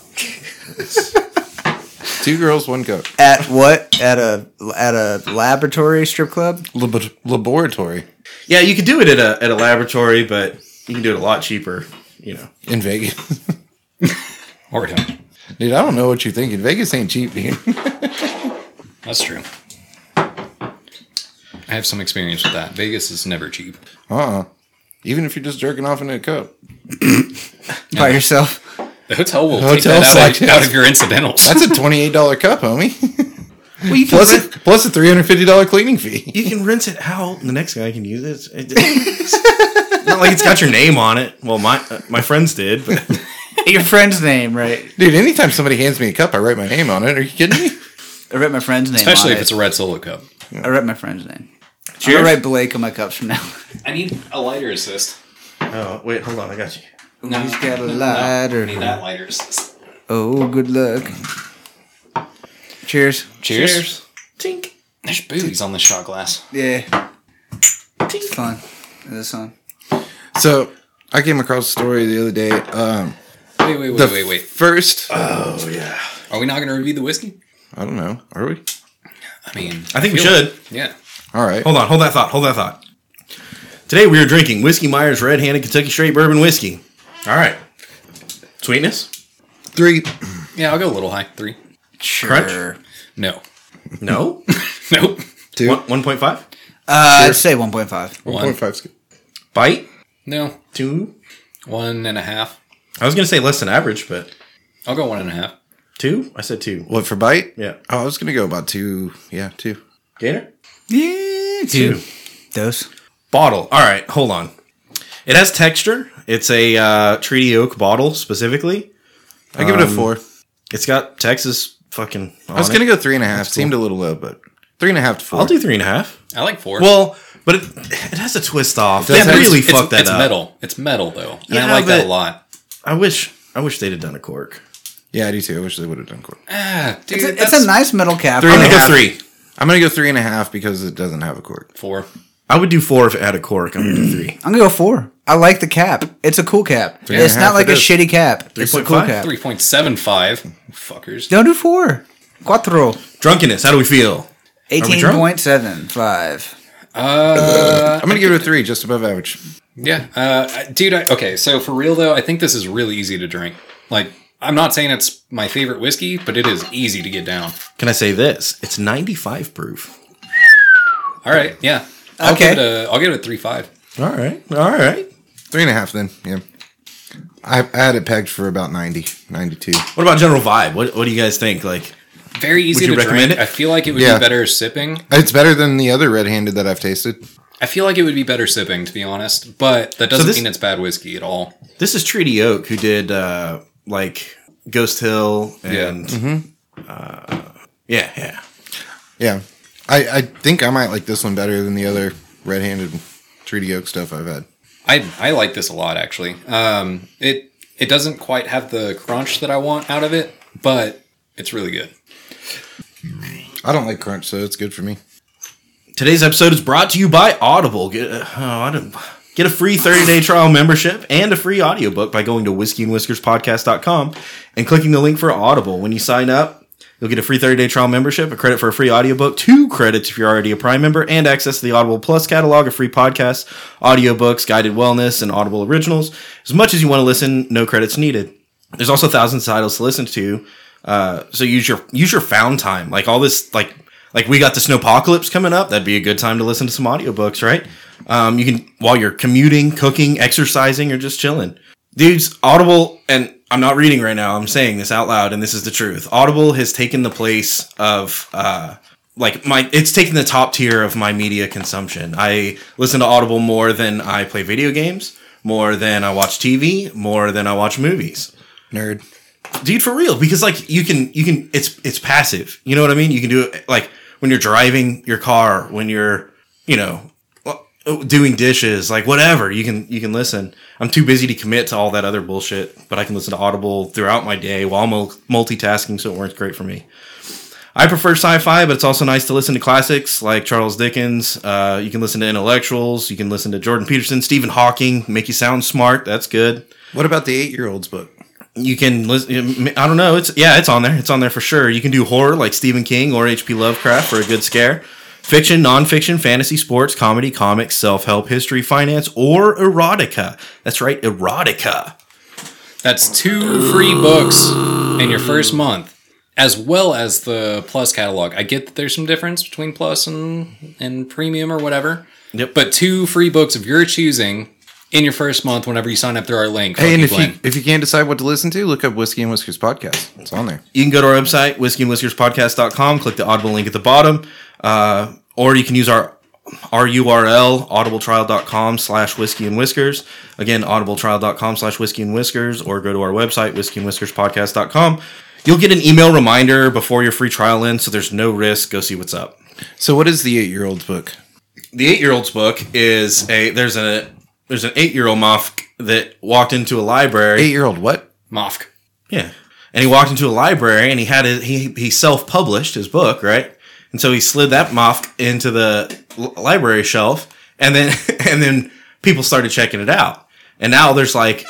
S2: Two girls, one cup.
S4: At what? At a at a laboratory strip club?
S2: Lab- laboratory
S1: Yeah, you could do it at a at a laboratory, but you can do it a lot cheaper. You know,
S2: in Vegas.
S3: Or no.
S2: Dude, I don't know what you're thinking. Vegas ain't cheap, dude.
S3: That's true. I have some experience with that. Vegas is never cheap.
S2: Uh-uh. Even if you're just jerking off in a cup.
S4: By yourself.
S3: The hotel will take
S2: hotel
S3: that out,
S2: side-
S3: of, out of your incidentals.
S2: That's a $28 cup, homie.
S4: Well, you can
S2: plus,
S4: rent-
S2: a, plus a $350 cleaning fee.
S1: you can rinse it out, and the next guy can use it. It's- it's not like it's got your name on it. Well, my uh, my friends did, but
S4: your friend's name, right?
S2: Dude, anytime somebody hands me a cup, I write my name on it. Are you kidding me?
S4: I wrote my friend's name.
S3: Especially
S4: on
S3: if
S4: it.
S3: it's a red solo cup.
S4: I wrote my friend's name. I'm
S1: cheers.
S4: gonna write Blake on my cups from now.
S3: I need a lighter assist.
S1: Oh wait, hold on, I got you.
S4: No, He's got a lighter.
S3: that lighter assist.
S4: Oh, good luck. Cheers.
S3: Cheers.
S1: Tink.
S3: There's booze on this shot glass.
S4: Yeah. It's fun. This one.
S2: So, I came across a story the other day. Um,
S3: Wait, wait, wait,
S2: the
S3: wait, wait.
S2: First,
S1: Oh yeah.
S3: Are we not going to review the whiskey?
S2: I don't know. Are we?
S3: I mean,
S1: I think we
S3: feel-
S1: should.
S3: Yeah.
S2: All right.
S3: Oh,
S1: Hold on, hold that thought, hold that thought. Today we are drinking Whiskey Myers Red Handed Kentucky Straight Bourbon Whiskey. All right. Sweetness?
S2: Three.
S3: Yeah, I'll go a little high. Three.
S4: Sure.
S1: Crunch?
S3: No.
S1: No.
S3: Nope.
S2: Two.
S1: One- 1.5?
S4: Uh, I'd say 1.5.
S2: 1.5. scoop.
S1: Bite?
S3: No.
S1: Two?
S3: One and a half.
S1: I was going to say less than average, but
S3: I'll go one and a half.
S1: two? I said two.
S2: What, for bite?
S1: Yeah.
S2: Oh, I was going to go about two. Yeah, two.
S1: Gator?
S4: Yeah,
S1: Two.
S4: Dose.
S1: Bottle. All right, hold on. It has texture. It's a uh, treaty oak bottle specifically.
S2: I give it a
S1: Um,
S2: four.
S1: It's got Texas fucking.
S2: I was gonna go three and a half. Seemed a little low, but three and a half to four.
S1: I'll do three and a half.
S3: I like four.
S1: Well, but it, it has a twist off.
S2: does
S1: They
S2: Yeah, have-
S3: but
S1: really
S3: it's,
S1: fucked
S3: it's,
S1: that
S3: it's
S1: up.
S3: metal. It's metal though, and
S1: Yeah,
S3: I like that
S1: but-
S3: a lot.
S1: I wish. I wish they'd have done a cork.
S2: yeah, I do too. I wish they would have done cork.
S3: Ah, dude,
S4: It's a,
S3: that's
S4: it's a nice metal cap.
S1: I'm
S2: and a
S1: gonna go
S2: half.
S1: three.
S2: I'm gonna go three and a half because it doesn't have a cork.
S3: four.
S1: I would do four if it had a cork. I'm gonna do three.
S4: I'm gonna go four. I like the cap. It's a cool cap.
S2: and a
S4: it's
S2: half
S4: not like
S2: it
S4: a
S2: is.
S4: shitty cap. It's a cool
S1: 3.5?
S4: cap.
S3: Three point seven five. Fuckers.
S4: Don't do four. Cuatro.
S1: Drunkenness. How do we feel?
S4: Eighteen point seven five.
S1: Uh,
S2: I'm gonna give it a three, just above average.
S3: Yeah, uh, I- dude. I, okay, so for real though, I think this is really easy to drink. Like, I'm not saying it's my favorite whiskey, but it is easy to get down.
S1: Can I say this? It's 95 proof.
S3: All right, yeah. I'll
S4: Okay.
S3: Give it a, I'll give it a three five.
S1: All right. All right.
S2: Three and a half, then. Yeah. I, I had it pegged for about 90, 92.
S1: What about general vibe? What What do you guys think? Like,
S3: Very easy
S1: you
S3: to
S1: recommend
S3: drink.
S1: it?
S3: I feel like it would
S2: Yeah.
S3: be better sipping.
S2: It's better than the other red handed that I've tasted.
S3: I feel like it would be better sipping, to be honest. But that doesn't
S1: this-
S3: mean it's bad whiskey at all.
S1: this is Treaty Oak who did uh like Ghost Hill and yeah, Mm-hmm. yeah, yeah.
S2: Yeah. I, I think I might like this one better than the other red handed Treaty Oak stuff I've had.
S3: I I like this a lot actually. Um, it it doesn't quite have the crunch that I want out of it, but it's really good.
S2: I don't like crunch, so it's good for me.
S1: Today's episode is brought to you by Audible. Get, oh, I don't, get a free 30 day trial membership and a free audiobook by going to whiskeyandwhiskerspodcast.com and clicking the link for Audible. When you sign up, you'll get a free 30 day trial membership, a credit for a free audiobook, two credits if you're already a Prime member, and access to the Audible Plus catalog of free podcasts, audiobooks, guided wellness, and Audible originals. As much as you want to listen, no credits needed. There's also thousands of titles to listen to. Uh, so use your use your found time. Like all this, like like we got the snowpocalypse coming up. That'd be a good time to listen to some audiobooks, right? Um, you can while you're commuting, cooking, exercising, or just chilling. Dudes, Audible and I'm not reading right now. I'm saying this out loud, and this is the truth. Audible has taken the place of uh, like my. It's taken the top tier of my media consumption. I listen to Audible more than I play video games, more than I watch TV, more than I watch movies
S2: Nerd.
S1: dude for real because like you can you can it's it's passive you know what i mean you can do it like when you're driving your car when you're you know doing dishes like whatever you can you can listen i'm too busy to commit to all that other bullshit but i can listen to audible throughout my day while i'm mul- multitasking so it works great for me i prefer sci-fi but it's also nice to listen to classics like charles dickens uh, you can listen to intellectuals you can listen to jordan peterson stephen hawking make you sound smart that's good
S2: What about the eight year old's book?
S1: you can listen. I don't know. It's yeah, it's on there. It's on there for sure. You can do horror like Stephen King or H.P. Lovecraft for a good scare. Fiction, nonfiction, fantasy, sports, comedy, comics, self help, history, finance, or erotica. That's right, erotica.
S3: That's two free books in your first month, as well as the Plus catalog. I get that there's some difference between Plus and and Premium or whatever.
S1: Yep.
S3: But two free books of your choosing in your first month whenever you sign up through our link.
S2: Hey, and
S3: Lucky
S2: if you,
S3: Blend.
S2: if you can't decide what to listen to, look up Whiskey and Whiskers podcast. It's on there.
S1: You can go to our website, whiskeyandwhiskerspodcast.com, click the Audible link at the bottom, uh, or you can use our our URL, audibletrial.com slash whiskey and whiskers. Again, audibletrial.com slash whiskey and whiskers, or go to our website, whiskeyandwhiskerspodcast.com. You'll get an email reminder before your free trial ends, so there's no risk. Go see what's up.
S2: So, what is the eight year old's book?
S1: The eight year old's book is a there's a there's an eight year old moth that walked into a library.
S2: Eight year old what?
S3: Mofk.
S1: Yeah. And he walked into a library and he had his, he he self published his book, right? And so he slid that moth into the l- library shelf and then and then people started checking it out. And now there's like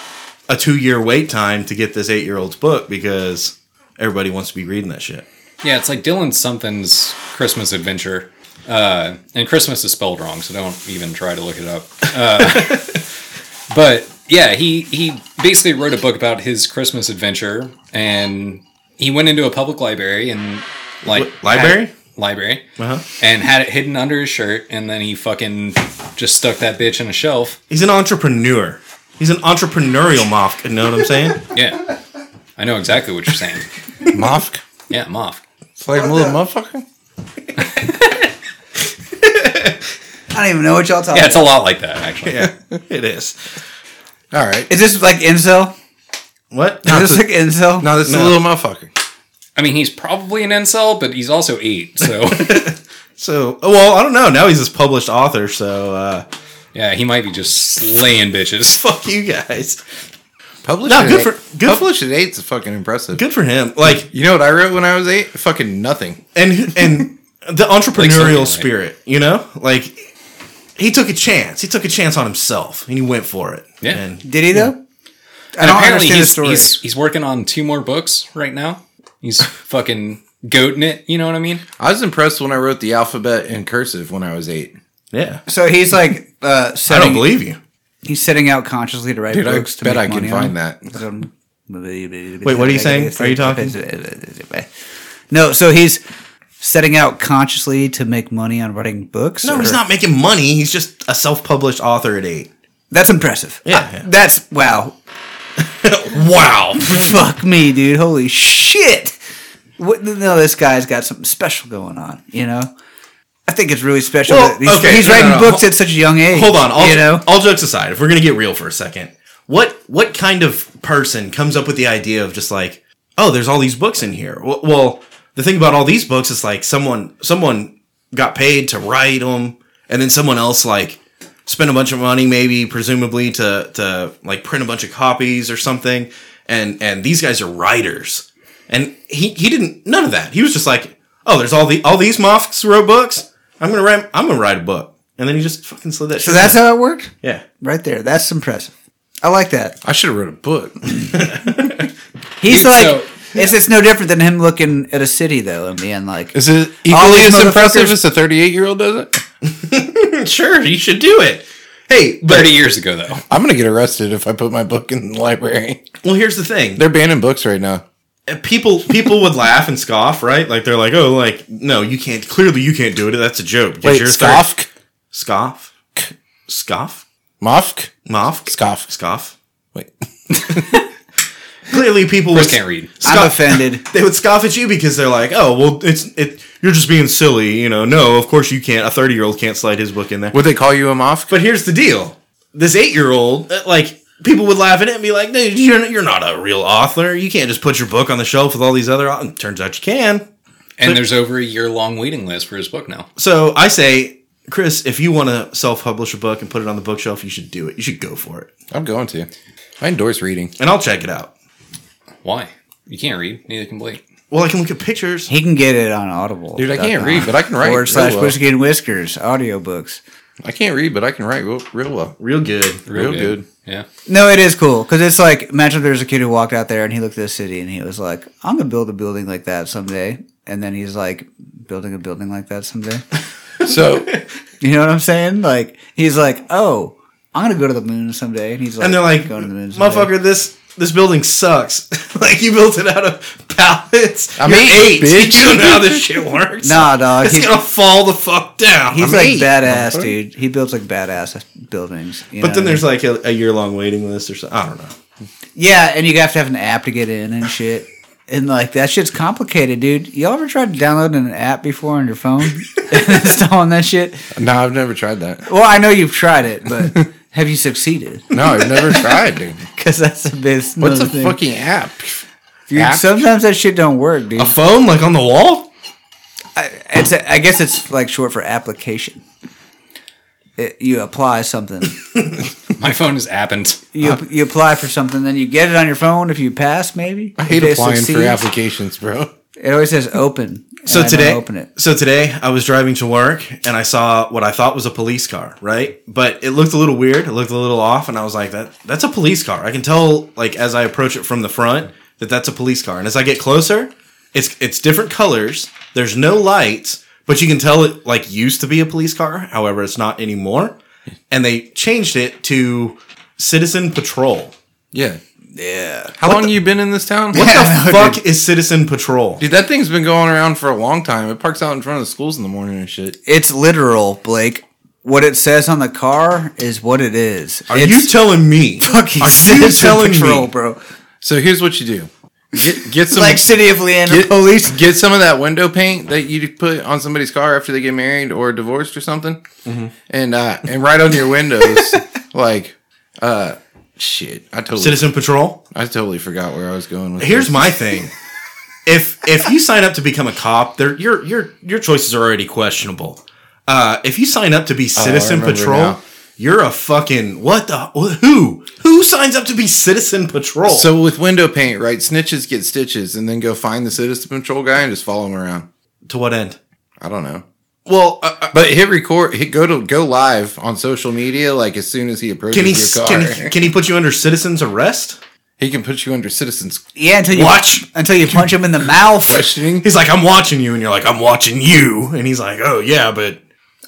S1: a 2-year wait time to get this 8-year-old's book because everybody wants to be reading that shit.
S3: Yeah, it's like Dylan something's Christmas adventure. Uh, and Christmas is spelled wrong, so don't even try to look it up. Uh, but yeah, he he basically wrote a book about his Christmas adventure, and he went into a public library and like
S1: What, library?
S3: had- library,
S1: Uh-huh.
S3: and had it hidden under his shirt, and then he fucking just stuck that bitch in a shelf.
S1: He's an entrepreneur. He's an entrepreneurial moth, you know what I'm saying?
S3: Yeah, I know exactly what you're saying.
S2: Mofk?
S3: Yeah, Moff.
S2: It's like a little motherfucker?
S4: I don't even know what y'all talking.
S3: Yeah, it's a lot like that actually.
S1: Yeah, it is.
S2: All right.
S4: Is this like incel?
S1: What?
S4: Is
S2: Not
S4: this
S2: the-
S4: like incel?
S2: No, this is a
S1: No.
S2: little motherfucker.
S3: I mean, he's probably an incel, but he's also eight. So
S1: So, oh, well, I don't know. Now he's this published author, so uh,
S3: yeah, he might be just slaying bitches.
S1: fuck you guys.
S2: Published
S1: No,
S2: at
S1: good
S2: eight.
S1: for- good for-
S2: Published at eight's fucking impressive.
S1: Good for him. Like,
S2: You know what I wrote when I was eight? Fucking nothing.
S1: and and the
S3: something
S1: entrepreneurial
S3: like-
S1: spirit, you know, like he took a chance. He took a chance on himself, and he went for it.
S3: Yeah.
S1: And
S4: Did he though? I don't understand
S3: Apparently,
S4: the
S3: he's,
S4: story.
S3: he's he's working on two more books right now. He's fucking goating it. You know what I mean?
S2: I was impressed when I wrote the alphabet in cursive when I was eight.
S1: yeah,
S4: so he's like uh,
S1: I
S4: setting,
S1: don't believe you.
S4: he's setting out consciously to write
S2: Dude, I
S4: books to
S2: bet I
S4: make
S2: can
S4: money
S2: find
S4: on.
S2: that.
S4: Wait,
S1: what are you saying? Are you talking?
S4: No, so he's setting out consciously to make money on writing books.
S1: No,
S4: or-
S1: he's not making money. He's just a self-published author at eight.
S4: That's impressive.
S1: Yeah,
S4: I-
S1: yeah.
S4: that's wow.
S1: Wow.
S4: Fuck me, dude. Holy shit. What, no, this guy's got something special going on. You know, I think it's really special.
S1: Well,
S4: that he's,
S1: okay,
S4: he's
S1: no,
S4: writing
S1: no, no.
S4: books at such a young age.
S1: Hold on. All,
S4: you know,
S1: all jokes aside, if we're gonna get real for a second, what what kind of person comes up with the idea of just like, oh, there's all these books in here? Well, well the thing about all these books is like someone someone got paid to write them, and then someone else like spent a bunch of money, maybe presumably to to like print a bunch of copies or something. And and these guys are writers, and he he didn't none of that. He was just like, oh, there's all the all these mofs wrote books. I'm gonna write I'm gonna write a book. And then he just fucking slid that.
S4: so that's how it worked.
S1: Yeah.
S4: Right there. That's impressive. I like that.
S2: I should have wrote a book.
S4: He's
S3: Dude,
S4: like,
S3: so-
S4: it's, it's no different than him looking at a city though and being like,
S2: Is it
S4: All
S2: equally
S4: these
S2: as impressive
S4: motherfuckers-
S2: as a 38 year old does it?
S1: Sure, you should do it. Hey, but
S3: Thirty years ago, though.
S2: I'm going to get arrested if I put my book in the library.
S1: well, here's the thing:
S2: They're banning books right now.
S1: people people would laugh and scoff, right? Like they're like, "Oh, like no, you can't. Clearly, you can't do it. That's a joke." Get
S2: Wait,
S1: your third-
S2: Skofk?
S1: scoff, scoff,
S2: Mofk?
S1: moff,
S2: Scoff.
S1: scoff.
S2: Wait.
S1: Clearly, people
S3: Chris
S1: would
S3: can't read.
S4: I'm
S1: scoff-
S4: offended.
S1: They would scoff at you because they're like, "Oh, well, it's it. You're just being silly, you know." No, of course you can't. A thirty year old can't slide his book in there.
S2: Would they call you a Mofk?
S1: But here's the deal: this eight-year-old, uh, like people would laugh at it and be like, "Dude, you're you're not a real author. You can't just put your book on the shelf with all these other." au-" Turns out you can.
S3: And there's over a year long waiting list for his book now.
S1: So I say, Chris, if you want to self-publish a book and put it on the bookshelf, you should do it. You should go for it,
S2: I'm going to. I endorse reading.
S1: and I'll check it out.
S3: Why? You can't read. Neither can Blake.
S1: Well, I can look at pictures.
S4: He can get it on Audible.
S2: Dude, I can't read, but I can write.
S4: Forward
S2: real
S4: slash
S2: well.
S4: whiskey and whiskers audiobooks.
S2: I can't read, but I can write real, real well.
S1: Real good.
S2: Real good.
S3: Yeah.
S4: No, it is cool because it's like imagine if there's a kid who walked out there and he looked at the city and he was like, "I'm gonna build a building like that someday," and then he's like, "Building a building like that someday."
S2: So,
S4: You know what I'm saying? Like he's like, "Oh, I'm gonna go to the moon someday," and he's like,
S1: And they're like,
S4: "Going to the moon, someday."
S1: motherfucker, this this building sucks. like you built it out of pallets.
S2: I'm
S1: You're
S2: eight, bitch.
S1: You don't know how this shit works.
S4: Nah, dog.
S1: It's
S4: He's,
S1: gonna fall the fuck down.
S4: he's
S1: I'm
S4: like
S1: eight.
S4: badass, dude. He builds like badass buildings. you know
S1: But then
S4: what I mean?
S1: there's like a, a year long waiting list or something. I don't know.
S4: Yeah, and you have to have an app to get in and shit. And like that shit's complicated, dude. Y'all ever tried downloading an app before on your phone and installing that shit?
S2: no, I've never tried that.
S4: Well, I know you've tried it, but have you succeeded?
S2: No, I've never tried, dude.
S4: Because that's a bit.
S2: What's
S4: another
S2: a
S4: thing.
S2: fucking app?
S4: Dude,
S2: app?
S4: Sometimes that shit don't work, dude.
S1: A phone like on the wall?
S4: It's a, I guess it's like short for application. It, you apply something.
S3: My phone is append.
S4: You you apply for something, then you get it on your phone. If you pass, maybe.
S2: I hate
S4: If it
S2: applying for
S4: succeeds.
S2: applications, bro.
S4: It always says open. and I
S1: So
S4: don't
S1: today,
S4: open it.
S1: so today I was driving to work and I saw what I thought was a police car, right? But it looked a little weird. It looked a little off, and I was like, "That that's a police car." I can tell, like as I approach it from the front, that that's a police car. And as I get closer, it's it's different colors. There's no lights, but you can tell it like used to be a police car. However, it's not anymore, and they changed it to Citizen Patrol.
S2: Yeah. Yeah. How long you been in this town?
S1: What
S4: Yeah,
S1: the
S4: I know,
S1: fuck is Citizen Patrol?
S2: Dude, that thing's been going around for a long time. It parks out in front of the schools in the morning and shit.
S4: It's literal, Blake. What it says on the car is what it is.
S1: Are
S4: it's
S1: you telling me?
S4: fucking
S1: are you
S4: Citizen
S1: telling
S4: Patrol,
S1: me?
S4: bro?
S2: So here's what you do. Get, get some
S4: like city of Leander
S2: get,
S4: police.
S2: Get some of that window paint that you put on somebody's car after they get married or divorced or something, and uh, and right on your windows, like, uh, shit. I totally,
S1: Citizen Patrol.
S2: I totally forgot where I was going with.
S1: Here's
S2: this.
S1: my thing. If if you sign up to become a cop, there your your your choices are already questionable. Uh, if you sign up to be Citizen
S2: Oh, remember
S1: Patrol,
S2: now.
S1: you're a fucking what the who who signs up to be Citizen Patrol?
S2: So with window paint, right? Snitches get stitches, and then go find the citizen patrol guy and just follow him around.
S1: to what end?
S2: I don't know.
S1: Well, uh, uh,
S2: But hit record. Hit go to go live on social media. Like as soon as he approaches
S1: can he
S2: your car,
S1: can he, can he put you under citizen's arrest?
S2: he can put you under citizens
S4: Yeah, until you
S1: Watch.
S4: until you punch him in the mouth.
S2: questioning.
S1: He's like, I'm watching you, and you're like, I'm watching you, and he's like, Oh yeah, but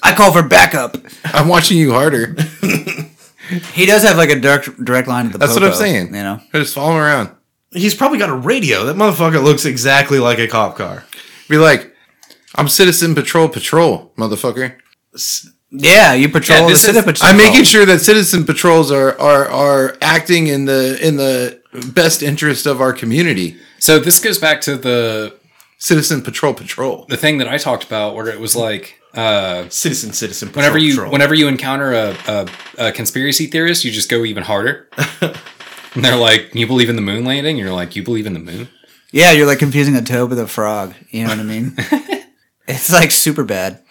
S4: I call for backup.
S2: I'm watching you harder.
S4: He does have like a direct direct line to the.
S2: That's what I'm
S4: popo,
S2: saying.
S4: You know,
S2: just follow him around.
S1: he's probably got a radio. That motherfucker looks exactly like a cop car.
S2: Be like, I'm Citizen Patrol Patrol, motherfucker.
S4: yeah, you patrol
S2: Oh,
S3: Yeah,
S4: the
S3: this
S4: city.
S3: is-
S4: patrol.
S2: I'm making sure that citizen patrols are are are acting in the in the best interest of our community.
S3: So this goes back to the
S2: Citizen Patrol Patrol.
S3: the thing that I talked about, where it was like uh,
S1: Citizen, citizen. Patrol,
S3: whenever you
S1: patrol.
S3: whenever you encounter a, a, a conspiracy theorist, you just go even harder. and they're like, "You believe in the moon landing?" You're like, "You believe in the moon?"
S4: Yeah, you're like confusing a toad with a frog. You know what I mean? it's like super bad.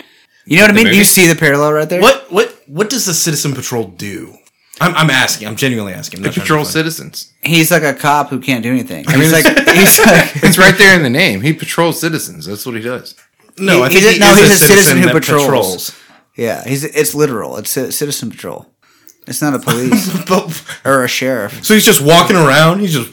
S4: You know what I mean? Do you
S3: movie?
S4: see the parallel right there?
S1: What what what does the citizen patrol do? I'm, I'm asking. I'm genuinely asking. I'm
S2: They
S1: not trying to
S2: patrol
S1: find-
S2: citizens.
S4: He's like a cop who can't do anything.
S2: mean,
S4: he's like he's like
S2: It's right there in the name. He patrols citizens. That's what he does.
S1: No, I
S4: He- he
S1: think
S4: didn't- no,
S1: is
S4: he's a citizen who
S1: that
S4: patrols. yeah. He's it's literal. It's ci- citizen patrol. It's not a police
S1: But-
S4: or a sheriff.
S1: so he's just walking around. He's just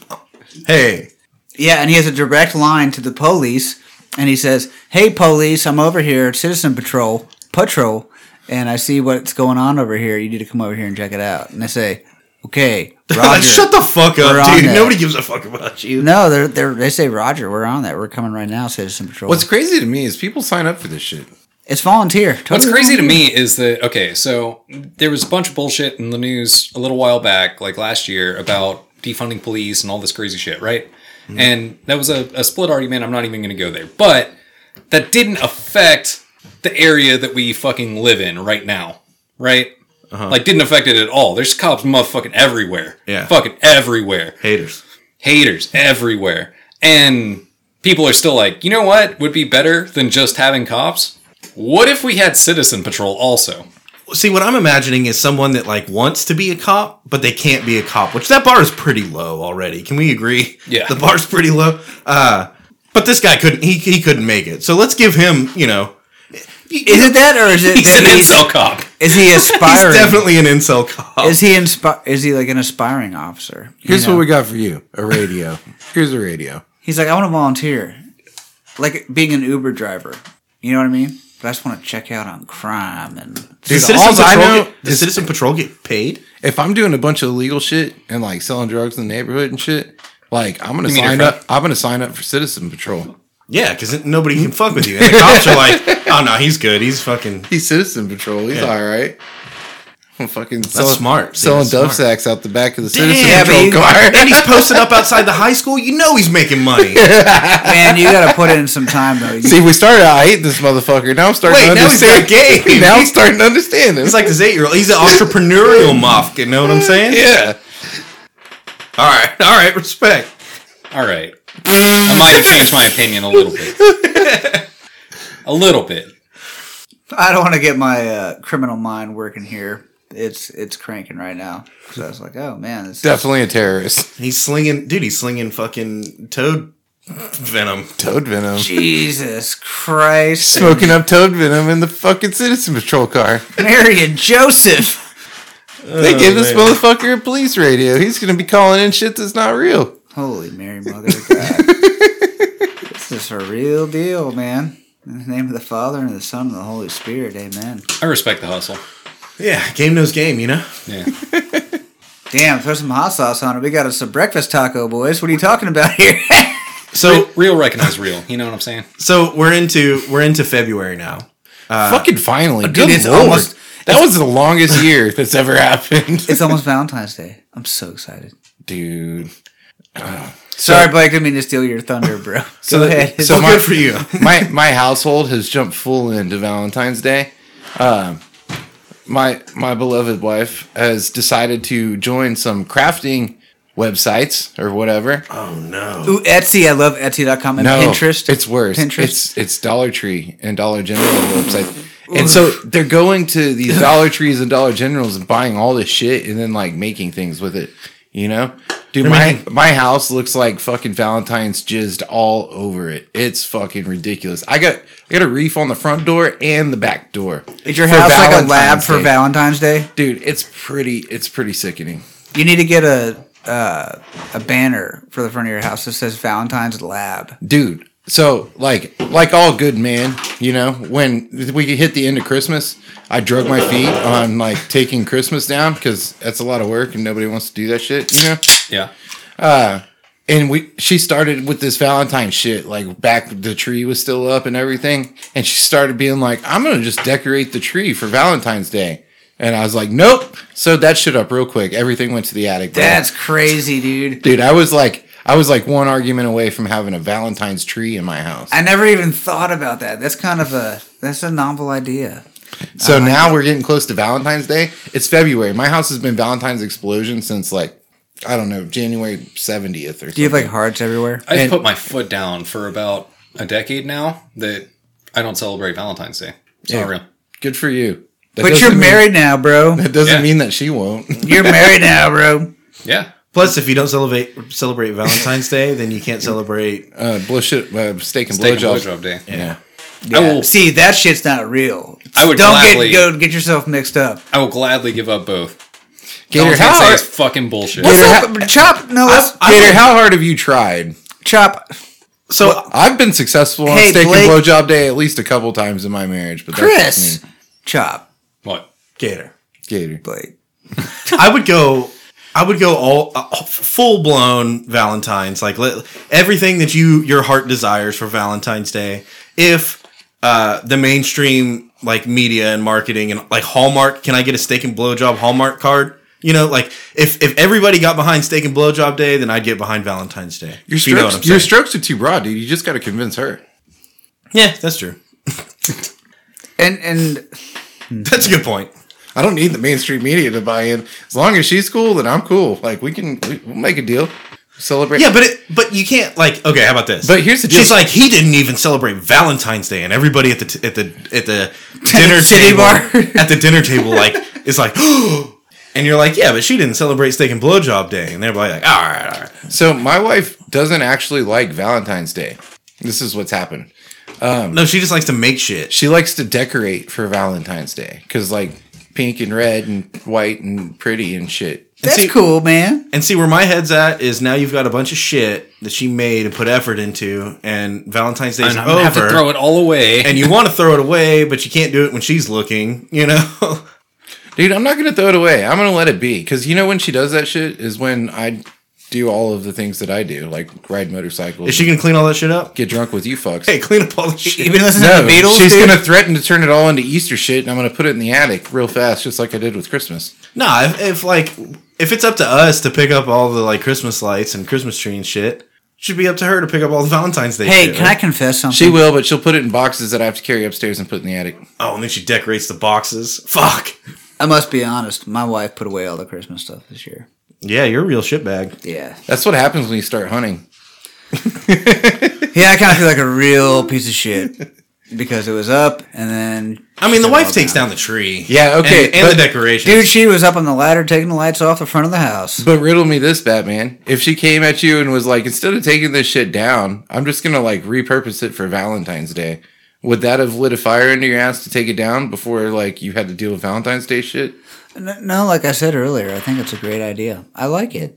S1: hey.
S4: Yeah, and he has a direct line to the police, and he says, "Hey, police, I'm over here, at citizen patrol, patrol, and I see what's going on over here. You need to come over here and check it out." And they say, "Okay, Roger."
S1: Shut the fuck
S4: We're
S1: up,
S4: on
S1: dude.
S4: it.
S1: Nobody gives a fuck about you.
S4: No, they're, they're, they say Roger. We're on that. We're coming right now, Citizen Patrol.
S2: What's crazy to me is people sign up for this shit.
S4: it's volunteer. Totally
S3: What's crazy to me is that okay, so there was a bunch of bullshit in the news a little while back, like last year, about defunding police and all this crazy shit, right? And that was a, a split argument. I'm not even going to go there, but that didn't affect the area that we fucking live in right now, right? Like didn't affect it at all. There's cops motherfucking everywhere.
S1: Yeah.
S3: Fucking everywhere
S1: Haters.
S3: haters everywhere. And people are still like, you know what would be better than just having cops? What if we had citizen patrol also?
S1: See, what I'm imagining is someone that like wants to be a cop, but they can't be a cop, which that bar is pretty low already. Can we agree?
S3: Yeah.
S1: the bar's pretty low. Uh, but this guy couldn't. He he couldn't make it. So let's give him. You know,
S4: Is it that, or is it
S3: He's
S4: that
S3: an
S4: he's,
S3: incel cop.
S4: is he
S1: he's
S4: aspiring?
S1: definitely an incel cop.
S4: is he inspi- Is he like an aspiring officer? You
S2: Here's
S4: know?
S2: what we got for you: a radio. Here's a radio.
S4: He's like, I want to volunteer, like being an Uber driver. You know what I mean? But I just want to check out on crime and.
S1: Does
S2: Dude,
S1: Citizen,
S2: alls I
S1: Patrol
S2: know
S1: get, does Citizen Patrol get paid?
S2: if I'm doing a bunch of illegal shit and like selling drugs in the neighborhood and shit, like I'm gonna
S3: mean
S2: sign
S3: your
S2: up. I'm gonna sign up for Citizen Patrol.
S1: Yeah, because nobody can fuck with you. And the cops are like, oh no, he's good. He's fucking.
S2: He's Citizen Patrol. He's
S1: Yeah.
S2: all right. I'm fucking selling,
S1: smart. See,
S2: Selling
S1: that's
S2: dove
S1: smart.
S2: sacks out the back of the
S1: Damn,
S2: Citizen
S4: he-
S2: Patrol car.
S1: And he's posted up outside the high school. You know he's making money.
S4: Man, you got to put in some time though. You-
S2: See, we started. out, I hate this motherfucker. Now I'm starting
S1: Wait,
S2: to
S1: now he's
S2: understand.
S1: my game.
S2: now I'm starting to understand him.
S1: He's like this eight year old. He's an entrepreneurial muff. You know what I'm saying?
S2: yeah.
S1: All right, all right. Respect.
S3: All right. I might have changed my opinion a little bit. A little bit.
S4: I don't want to get my uh, criminal mind working here. It's it's cranking right now. So I was like, oh man, this
S2: Definitely a terrorist.
S1: He's slinging, dude. He's slinging fucking toad venom.
S2: Toad venom.
S4: Jesus Christ.
S2: Smoking up toad venom in the fucking Citizen Patrol car.
S4: Mary and Joseph.
S2: They gave this
S1: Oh, man.
S2: motherfucker a police radio. He's gonna be calling in shit that's not real.
S4: Holy Mary, Mother of God. this is a real deal, man. In the name of the Father and of the Son and the Holy Spirit, amen.
S3: I respect the hustle.
S1: Yeah, game knows game. You know.
S3: Yeah.
S4: Damn, throw some hot sauce on it. We got us a breakfast taco, boys. What are you talking about here?
S1: So
S3: Real recognize real. You know what I'm saying?
S1: so we're into we're into February now.
S2: Fucking finally, Uh, good
S4: it's
S2: lord.
S4: almost-
S2: that was the longest year that's ever happened,
S4: it's almost Valentine's Day. I'm so excited.
S2: dude.
S4: Sorry, Blake. I didn't mean to steal your thunder, bro. Go ahead.
S2: so
S1: well,
S2: my-
S1: good for you.
S2: my my household has jumped full into Valentine's Day. Um, my my beloved wife has decided to join some crafting websites or whatever.
S1: Oh no.
S4: Ooh, Etsy. I love Etsy.com and Pinterest.
S2: It's worse.
S4: Pinterest.
S2: It's it's Dollar Tree and Dollar General websites. And so they're going to these Dollar Trees and Dollar Generals and buying all this shit and then like making things with it. You know? Dude, my, my house looks like fucking Valentine's jizzed all over it. It's fucking ridiculous. I got I got a reef on the front door and the back door.
S4: Is your
S2: for
S4: house like a lab
S2: Valentine's
S4: for
S2: Day.
S4: Valentine's Day?
S2: Dude, it's pretty it's pretty sickening.
S4: You need to get a uh, a banner for the front of your house that says Valentine's Lab.
S2: dude so like like all good men you know when we hit the end of christmas i drug my feet on like taking christmas down because that's a lot of work and nobody wants to do that shit you know
S3: Yeah.
S2: and we she started with this valentine shit like back the tree was still up and everything and she started being like i'm gonna just decorate the tree for valentine's day and i was like nope sewed that shit up real quick everything went to the attic bro.
S4: That's crazy, dude.
S2: dude i was like i was like one argument away from having a valentine's tree in my house
S4: I never even thought about that. That's kind of a that's a novel idea.
S2: So
S4: Uh,
S2: now we're getting close to Valentine's Day. It's February. My house has been Valentine's explosion since like I don't know January seventieth or
S4: Do you have
S2: something.
S4: like hearts everywhere?
S3: I've
S2: And-
S3: put my foot down for about a decade now that I don't celebrate Valentine's Day. It's not real.
S2: Good for you. That
S4: But
S2: doesn't
S4: you're
S2: mean-
S4: married now, bro.
S2: That doesn't
S3: Yeah.
S2: mean that she won't.
S4: You're married now, bro.
S3: Yeah.
S1: Plus, if you don't celebrate celebrate Valentine's Day, then you can't celebrate.
S2: Uh, bullshit. Uh, steak and
S3: Steak and
S2: blowjob.
S3: blowjob day.
S2: Yeah.
S3: I will.
S4: See, that shit's not real.
S3: I would
S4: Don't
S3: gladly-
S4: get go get yourself mixed up.
S3: I will gladly give up both.
S2: Gator,
S3: Valentine's
S2: how
S3: Day
S2: hard,
S3: is fucking bullshit.
S2: What's
S4: Let's not- chop. No, let's
S2: Gator, how hard have you tried?
S4: chop.
S1: So
S2: I've been successful on
S4: Hey,
S2: steak
S4: Blake-
S2: and blowjob day at least a couple times in my marriage. But that's just
S4: Chris,
S2: me.
S4: chop.
S3: What?
S1: Gator,
S2: Gator.
S4: Blake.
S1: I would go. I would go all uh, full blown Valentine's, like let, everything that you your heart desires for Valentine's Day. If uh, the mainstream like media and marketing and like Hallmark, can I get a steak and blowjob Hallmark card? You know, like if if everybody got behind steak and blowjob day, then I'd get behind Valentine's Day.
S2: Your
S1: If you know what
S2: strokes,
S1: I'm
S2: your
S1: saying.
S2: strokes are too broad, dude. You just got to convince her.
S1: yeah, that's true.
S4: And and
S1: That's a good point.
S2: I don't need the mainstream media to buy in. As long as she's cool, then I'm cool. Like we can we, we'll make a deal, celebrate.
S1: Yeah, but it, but you can't like okay. How about this?
S2: But here's the deal.
S1: she's like he didn't even celebrate Valentine's Day, and everybody at the t- at the at the dinner
S4: Titty
S1: table
S4: bar.
S1: at the dinner table like is like, and you're like, yeah, but she didn't celebrate steak and blowjob day, and everybody like, all right, all right.
S2: so my wife doesn't actually like Valentine's Day. This is what's happened.
S1: No, she just likes to make shit.
S2: She likes to decorate for Valentine's Day because like pink and red and white and pretty and shit.
S4: that's
S1: see-
S4: cool, man.
S1: And see where my head's at is now you've got a bunch of shit that she made and put effort into, and Valentine's Day's
S3: And I'm gonna have to
S1: over,
S3: throw it all away.
S1: and you want to throw it away, but you can't do it when she's looking, you know.
S2: Dude, I'm not gonna throw it away. I'm gonna let it be because you know when she does that shit is when I do all of the things that I do, like ride motorcycles,
S1: is she gonna clean all that shit up?
S2: get drunk with you fucks.
S1: Hey, clean up all the shit.
S4: You've been listening
S2: No,
S4: to the Beatles,
S2: she's
S4: dude?
S2: gonna threaten to turn it all into Easter shit, and I'm gonna put it in the attic real fast, just like I did with Christmas.
S1: Nah, if, if like if it's up to us to pick up all the like Christmas lights and Christmas tree and shit, it should be up to her to pick up all the Valentine's Day.
S4: Hey,
S1: shit,
S4: can I
S1: right?
S4: confess something?
S2: She will, but she'll put it in boxes that I have to carry upstairs and put in the attic.
S1: Oh, and then she decorates the boxes. Fuck.
S4: I must be honest. My wife put away all the Christmas stuff this year.
S1: Yeah, you're a real shitbag.
S4: Yeah.
S2: That's what happens when you start hunting.
S4: Yeah, I kind of feel like a real piece of shit because it was up and then.
S1: I mean, the
S4: Shut
S1: wife
S4: up,
S1: takes
S4: man.
S1: down the tree.
S2: Yeah, okay,
S1: and, and the
S2: but-
S1: decorations.
S4: Dude, she was up on the ladder taking the lights off the front of the house.
S2: But riddle me this, Batman. If she came at you and was like, instead of taking this shit down, I'm just gonna like repurpose it for Valentine's Day, would that have lit a fire under your ass to take it down before like you had to deal with Valentine's Day shit?
S4: N- No, like I said earlier, I think it's a great idea. I like it.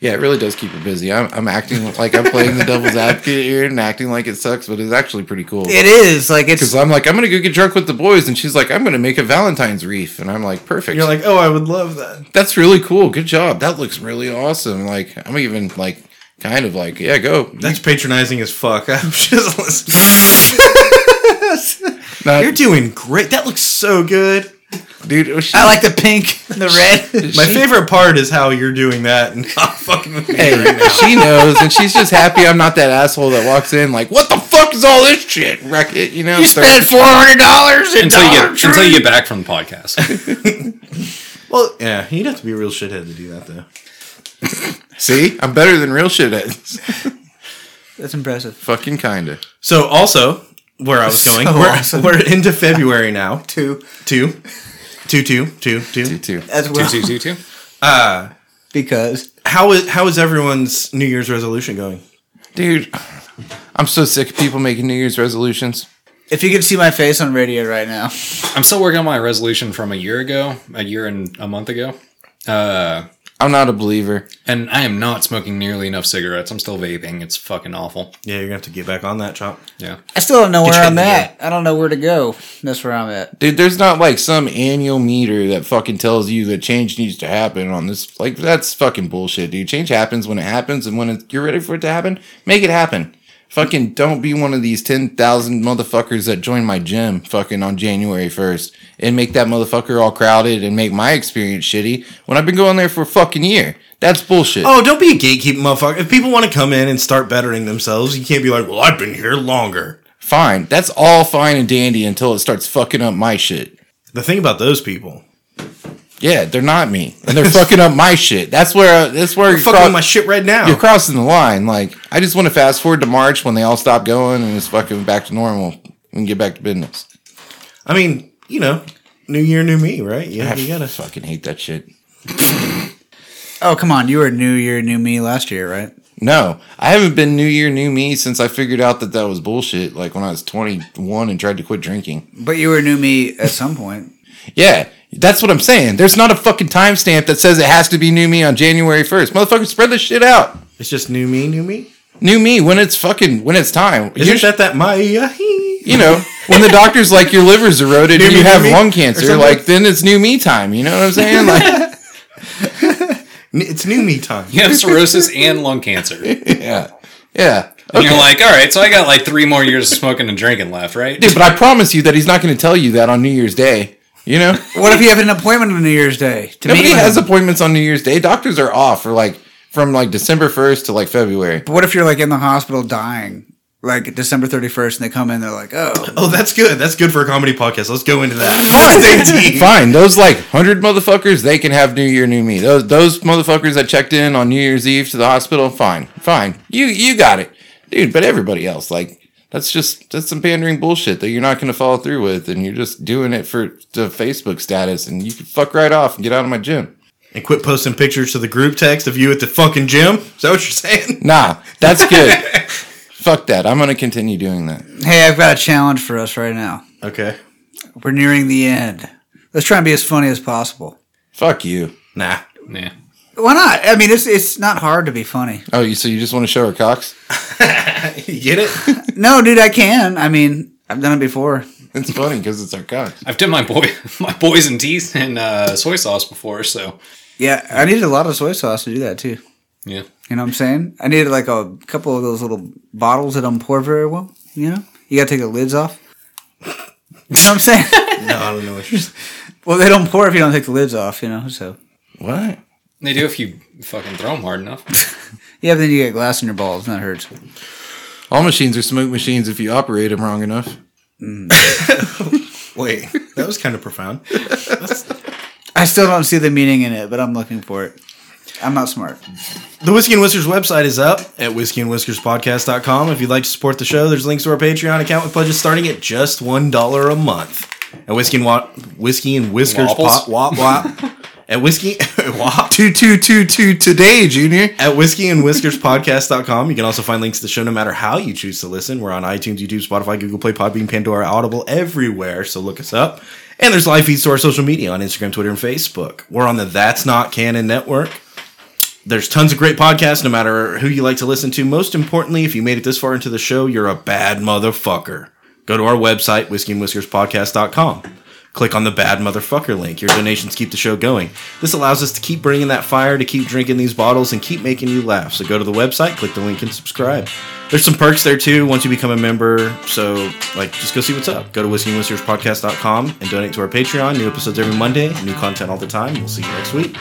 S2: Yeah, it really does keep it busy. I'm, I'm acting like I'm playing the devil's advocate here and acting like it sucks, but it's actually pretty cool.
S4: It is like it's
S2: Because I'm like, I'm gonna go get drunk with the boys, and she's like, I'm gonna make a Valentine's wreath, and I'm like, perfect.
S1: You're like, oh, I would love that.
S2: that's really cool. Good job. That looks really awesome. Like, I'm even like, kind of like, yeah, go.
S1: That's patronizing as fuck. I'm just listening.
S2: Not-
S1: You're doing great. That looks so good.
S2: dude. it
S1: Oh.
S2: was-
S4: I like the pink, the red.
S1: My favorite part is how you're doing that and not fucking with me.
S2: Hey, she knows, and she's just happy I'm not that asshole that walks in like, "What the fuck is all this shit?" Wreck it, you know.
S4: you
S2: throw-
S4: spent four hundred dollars
S3: until you get until you get back from the podcast.
S1: Well, yeah, you'd have to be a real shithead to do that though.
S2: See, I'm better than real shit at
S4: That's impressive.
S2: fucking kinda.
S1: So also, where I was going,
S4: So
S1: we're,
S4: awesome.
S1: we're into February now.
S4: Two.
S1: Two, two, two, two, two.
S2: You too.
S4: As
S3: two
S4: well.
S3: two two two.
S4: Because
S1: How is how is everyone's New Year's resolution going?
S2: Dude, I'm so sick of people making New Year's resolutions.
S4: if you could see my face on radio right now,
S3: I'm still working on my resolution from a year ago, a year and a month ago. Uh,
S2: I'm not a believer.
S3: and I am not smoking nearly enough cigarettes. I'm still vaping. It's fucking awful.
S1: Yeah, you're gonna have to get back on that chop.
S3: Yeah.
S4: I still don't know where
S1: Get you
S4: I'm
S1: in the
S4: at. I don't know where to go. That's where I'm at.
S2: Dude, there's not like some annual meter that fucking tells you that change needs to happen on this. Like, that's fucking bullshit, dude. Change happens when it happens, and when it, you're ready for it to happen, make it happen. Fucking don't be one of these 10,000 motherfuckers that joined my gym fucking on January 1st and make that motherfucker all crowded and make my experience shitty when I've been going there for a fucking year. That's bullshit.
S1: Oh, don't be a gatekeeper, motherfucker. If people want to come in and start bettering themselves, you can't be like, "Well, I've been here longer."
S2: Fine. That's all fine and dandy until it starts fucking up my shit.
S1: The thing about those people,
S2: Yeah, they're not me, and they're fucking up my shit. That's where that's where you're,
S1: fucking
S2: cro-
S1: with my shit right now.
S2: you're crossing the line. Like, I just want to fast forward to March when they all stop going and it's fucking back to normal and get back to business.
S1: I mean, you know, new year, new me, right? Yeah, you
S2: I
S1: gotta.
S2: fucking hate that shit.
S4: Oh come on, you were New Year, New Me last year, right?
S2: No, I haven't been New Year, New Me since I figured out that that was bullshit. Like when I was 21 and tried to quit drinking.
S4: But you were New Me at some point.
S2: Yeah, that's what I'm saying. There's not a fucking timestamp that says it has to be New Me on January 1st. Motherfucker, spread this shit out.
S1: It's just new me, new me.
S2: New Me when it's fucking when it's time.
S1: Isn't that that my? Uh,
S2: you know, when the doctor's like your liver's eroded and
S1: New
S2: you
S1: me,
S2: have
S1: new me,
S2: lung
S1: or
S2: cancer,
S1: something.
S2: like then it's new me time. You know what I'm saying? Like,
S1: it's new me time.
S3: You have cirrhosis and lung cancer. And
S2: yeah, yeah.
S3: you're like, all right, so I got like three more years of smoking and drinking left, right?
S2: Dude, but I promise you that he's not going to tell you that on New Year's Day. You know,
S4: What if you have an appointment on New Year's Day? To
S2: nobody
S4: meet with
S2: has
S4: him?
S2: appointments on New Year's Day. Doctors are off for like from like December 1st to like February.
S4: But what if you're like in the hospital dying, like December 31st, and they come in, they're like, oh,
S1: Oh, that's good. That's good for a comedy podcast. Let's go into that. Same team.
S2: Fine, those like hundred motherfuckers, they can have New Year, New Me. Those those motherfuckers that checked in on New Year's Eve to the hospital, fine, fine. You you got it, dude. But everybody else, like, that's just that's some pandering bullshit that you're not going to follow through with, and you're just doing it for the Facebook status, and you can fuck right off and get out of my gym.
S1: and quit posting pictures to the group text of you at the fucking gym. Is that what you're saying?
S2: Nah, that's good. fuck that. I'm going to continue doing that.
S4: hey, I've got a challenge for us right now.
S1: Okay.
S4: We're nearing the end. Let's try and be as funny as possible.
S2: Fuck you.
S1: Nah.
S3: Yeah.
S4: Why not? I mean, it's it's not hard to be funny.
S2: Oh, you so you just want to show her cocks?
S1: You get it?
S4: No, dude, I can. I mean, I've done it before.
S2: It's funny because it's our cocks.
S3: I've done my boy my boys and teeth and uh, soy sauce before, so
S4: Yeah, I needed a lot of soy sauce to do that too.
S3: yeah.
S4: You know what I'm saying? I needed like a couple of those little bottles that don't pour very well. You know, you gotta take the lids off. You know what I'm saying?
S1: no, I don't know what you're saying.
S4: well, they don't pour if you don't take the lids off. You know, so
S2: What?
S3: They do if you fucking throw them hard enough.
S4: yeah, but then you get glass in your balls, and that hurts.
S2: All machines are smoke machines if you operate them wrong enough.
S1: Wait, that was kind of profound.
S4: I still don't see the meaning in it, but I'm looking for it. I'm not smart.
S1: The Whiskey and Whiskers website is up at whiskeyandwhiskerspodcast.com. If you'd like to support the show, there's links to our Patreon account with pledges starting at just $1 a month. At Whiskey and, Wa- Whiskey and Whiskers
S3: Wobbles?
S1: Pop Wop Wop. At Whiskey Wop.
S2: two two two two today, Junior.
S1: At whiskey and whiskers podcast.com. You can also find links to the show no matter how you choose to listen. We're on iTunes, YouTube, Spotify, Google Play, Podbean, Pandora, Audible, everywhere. So look us up. And there's live feeds to our social media on Instagram, Twitter, and Facebook. We're on the That's Not Canon Network. There's tons of great podcasts, no matter who you like to listen to. Most importantly, if you made it this far into the show, you're a bad motherfucker. Go to our website, whiskeyandwhiskerspodcast.com. Click on the bad motherfucker link. Your donations keep the show going. This allows us to keep bringing that fire, to keep drinking these bottles, and keep making you laugh. So go to the website, click the link, and subscribe. There's some perks there too once you become a member. So, like, just go see what's up. Go to whiskeyandwhiskerspodcast.com and donate to our Patreon. New episodes every Monday, new content all the time. We'll see you next week.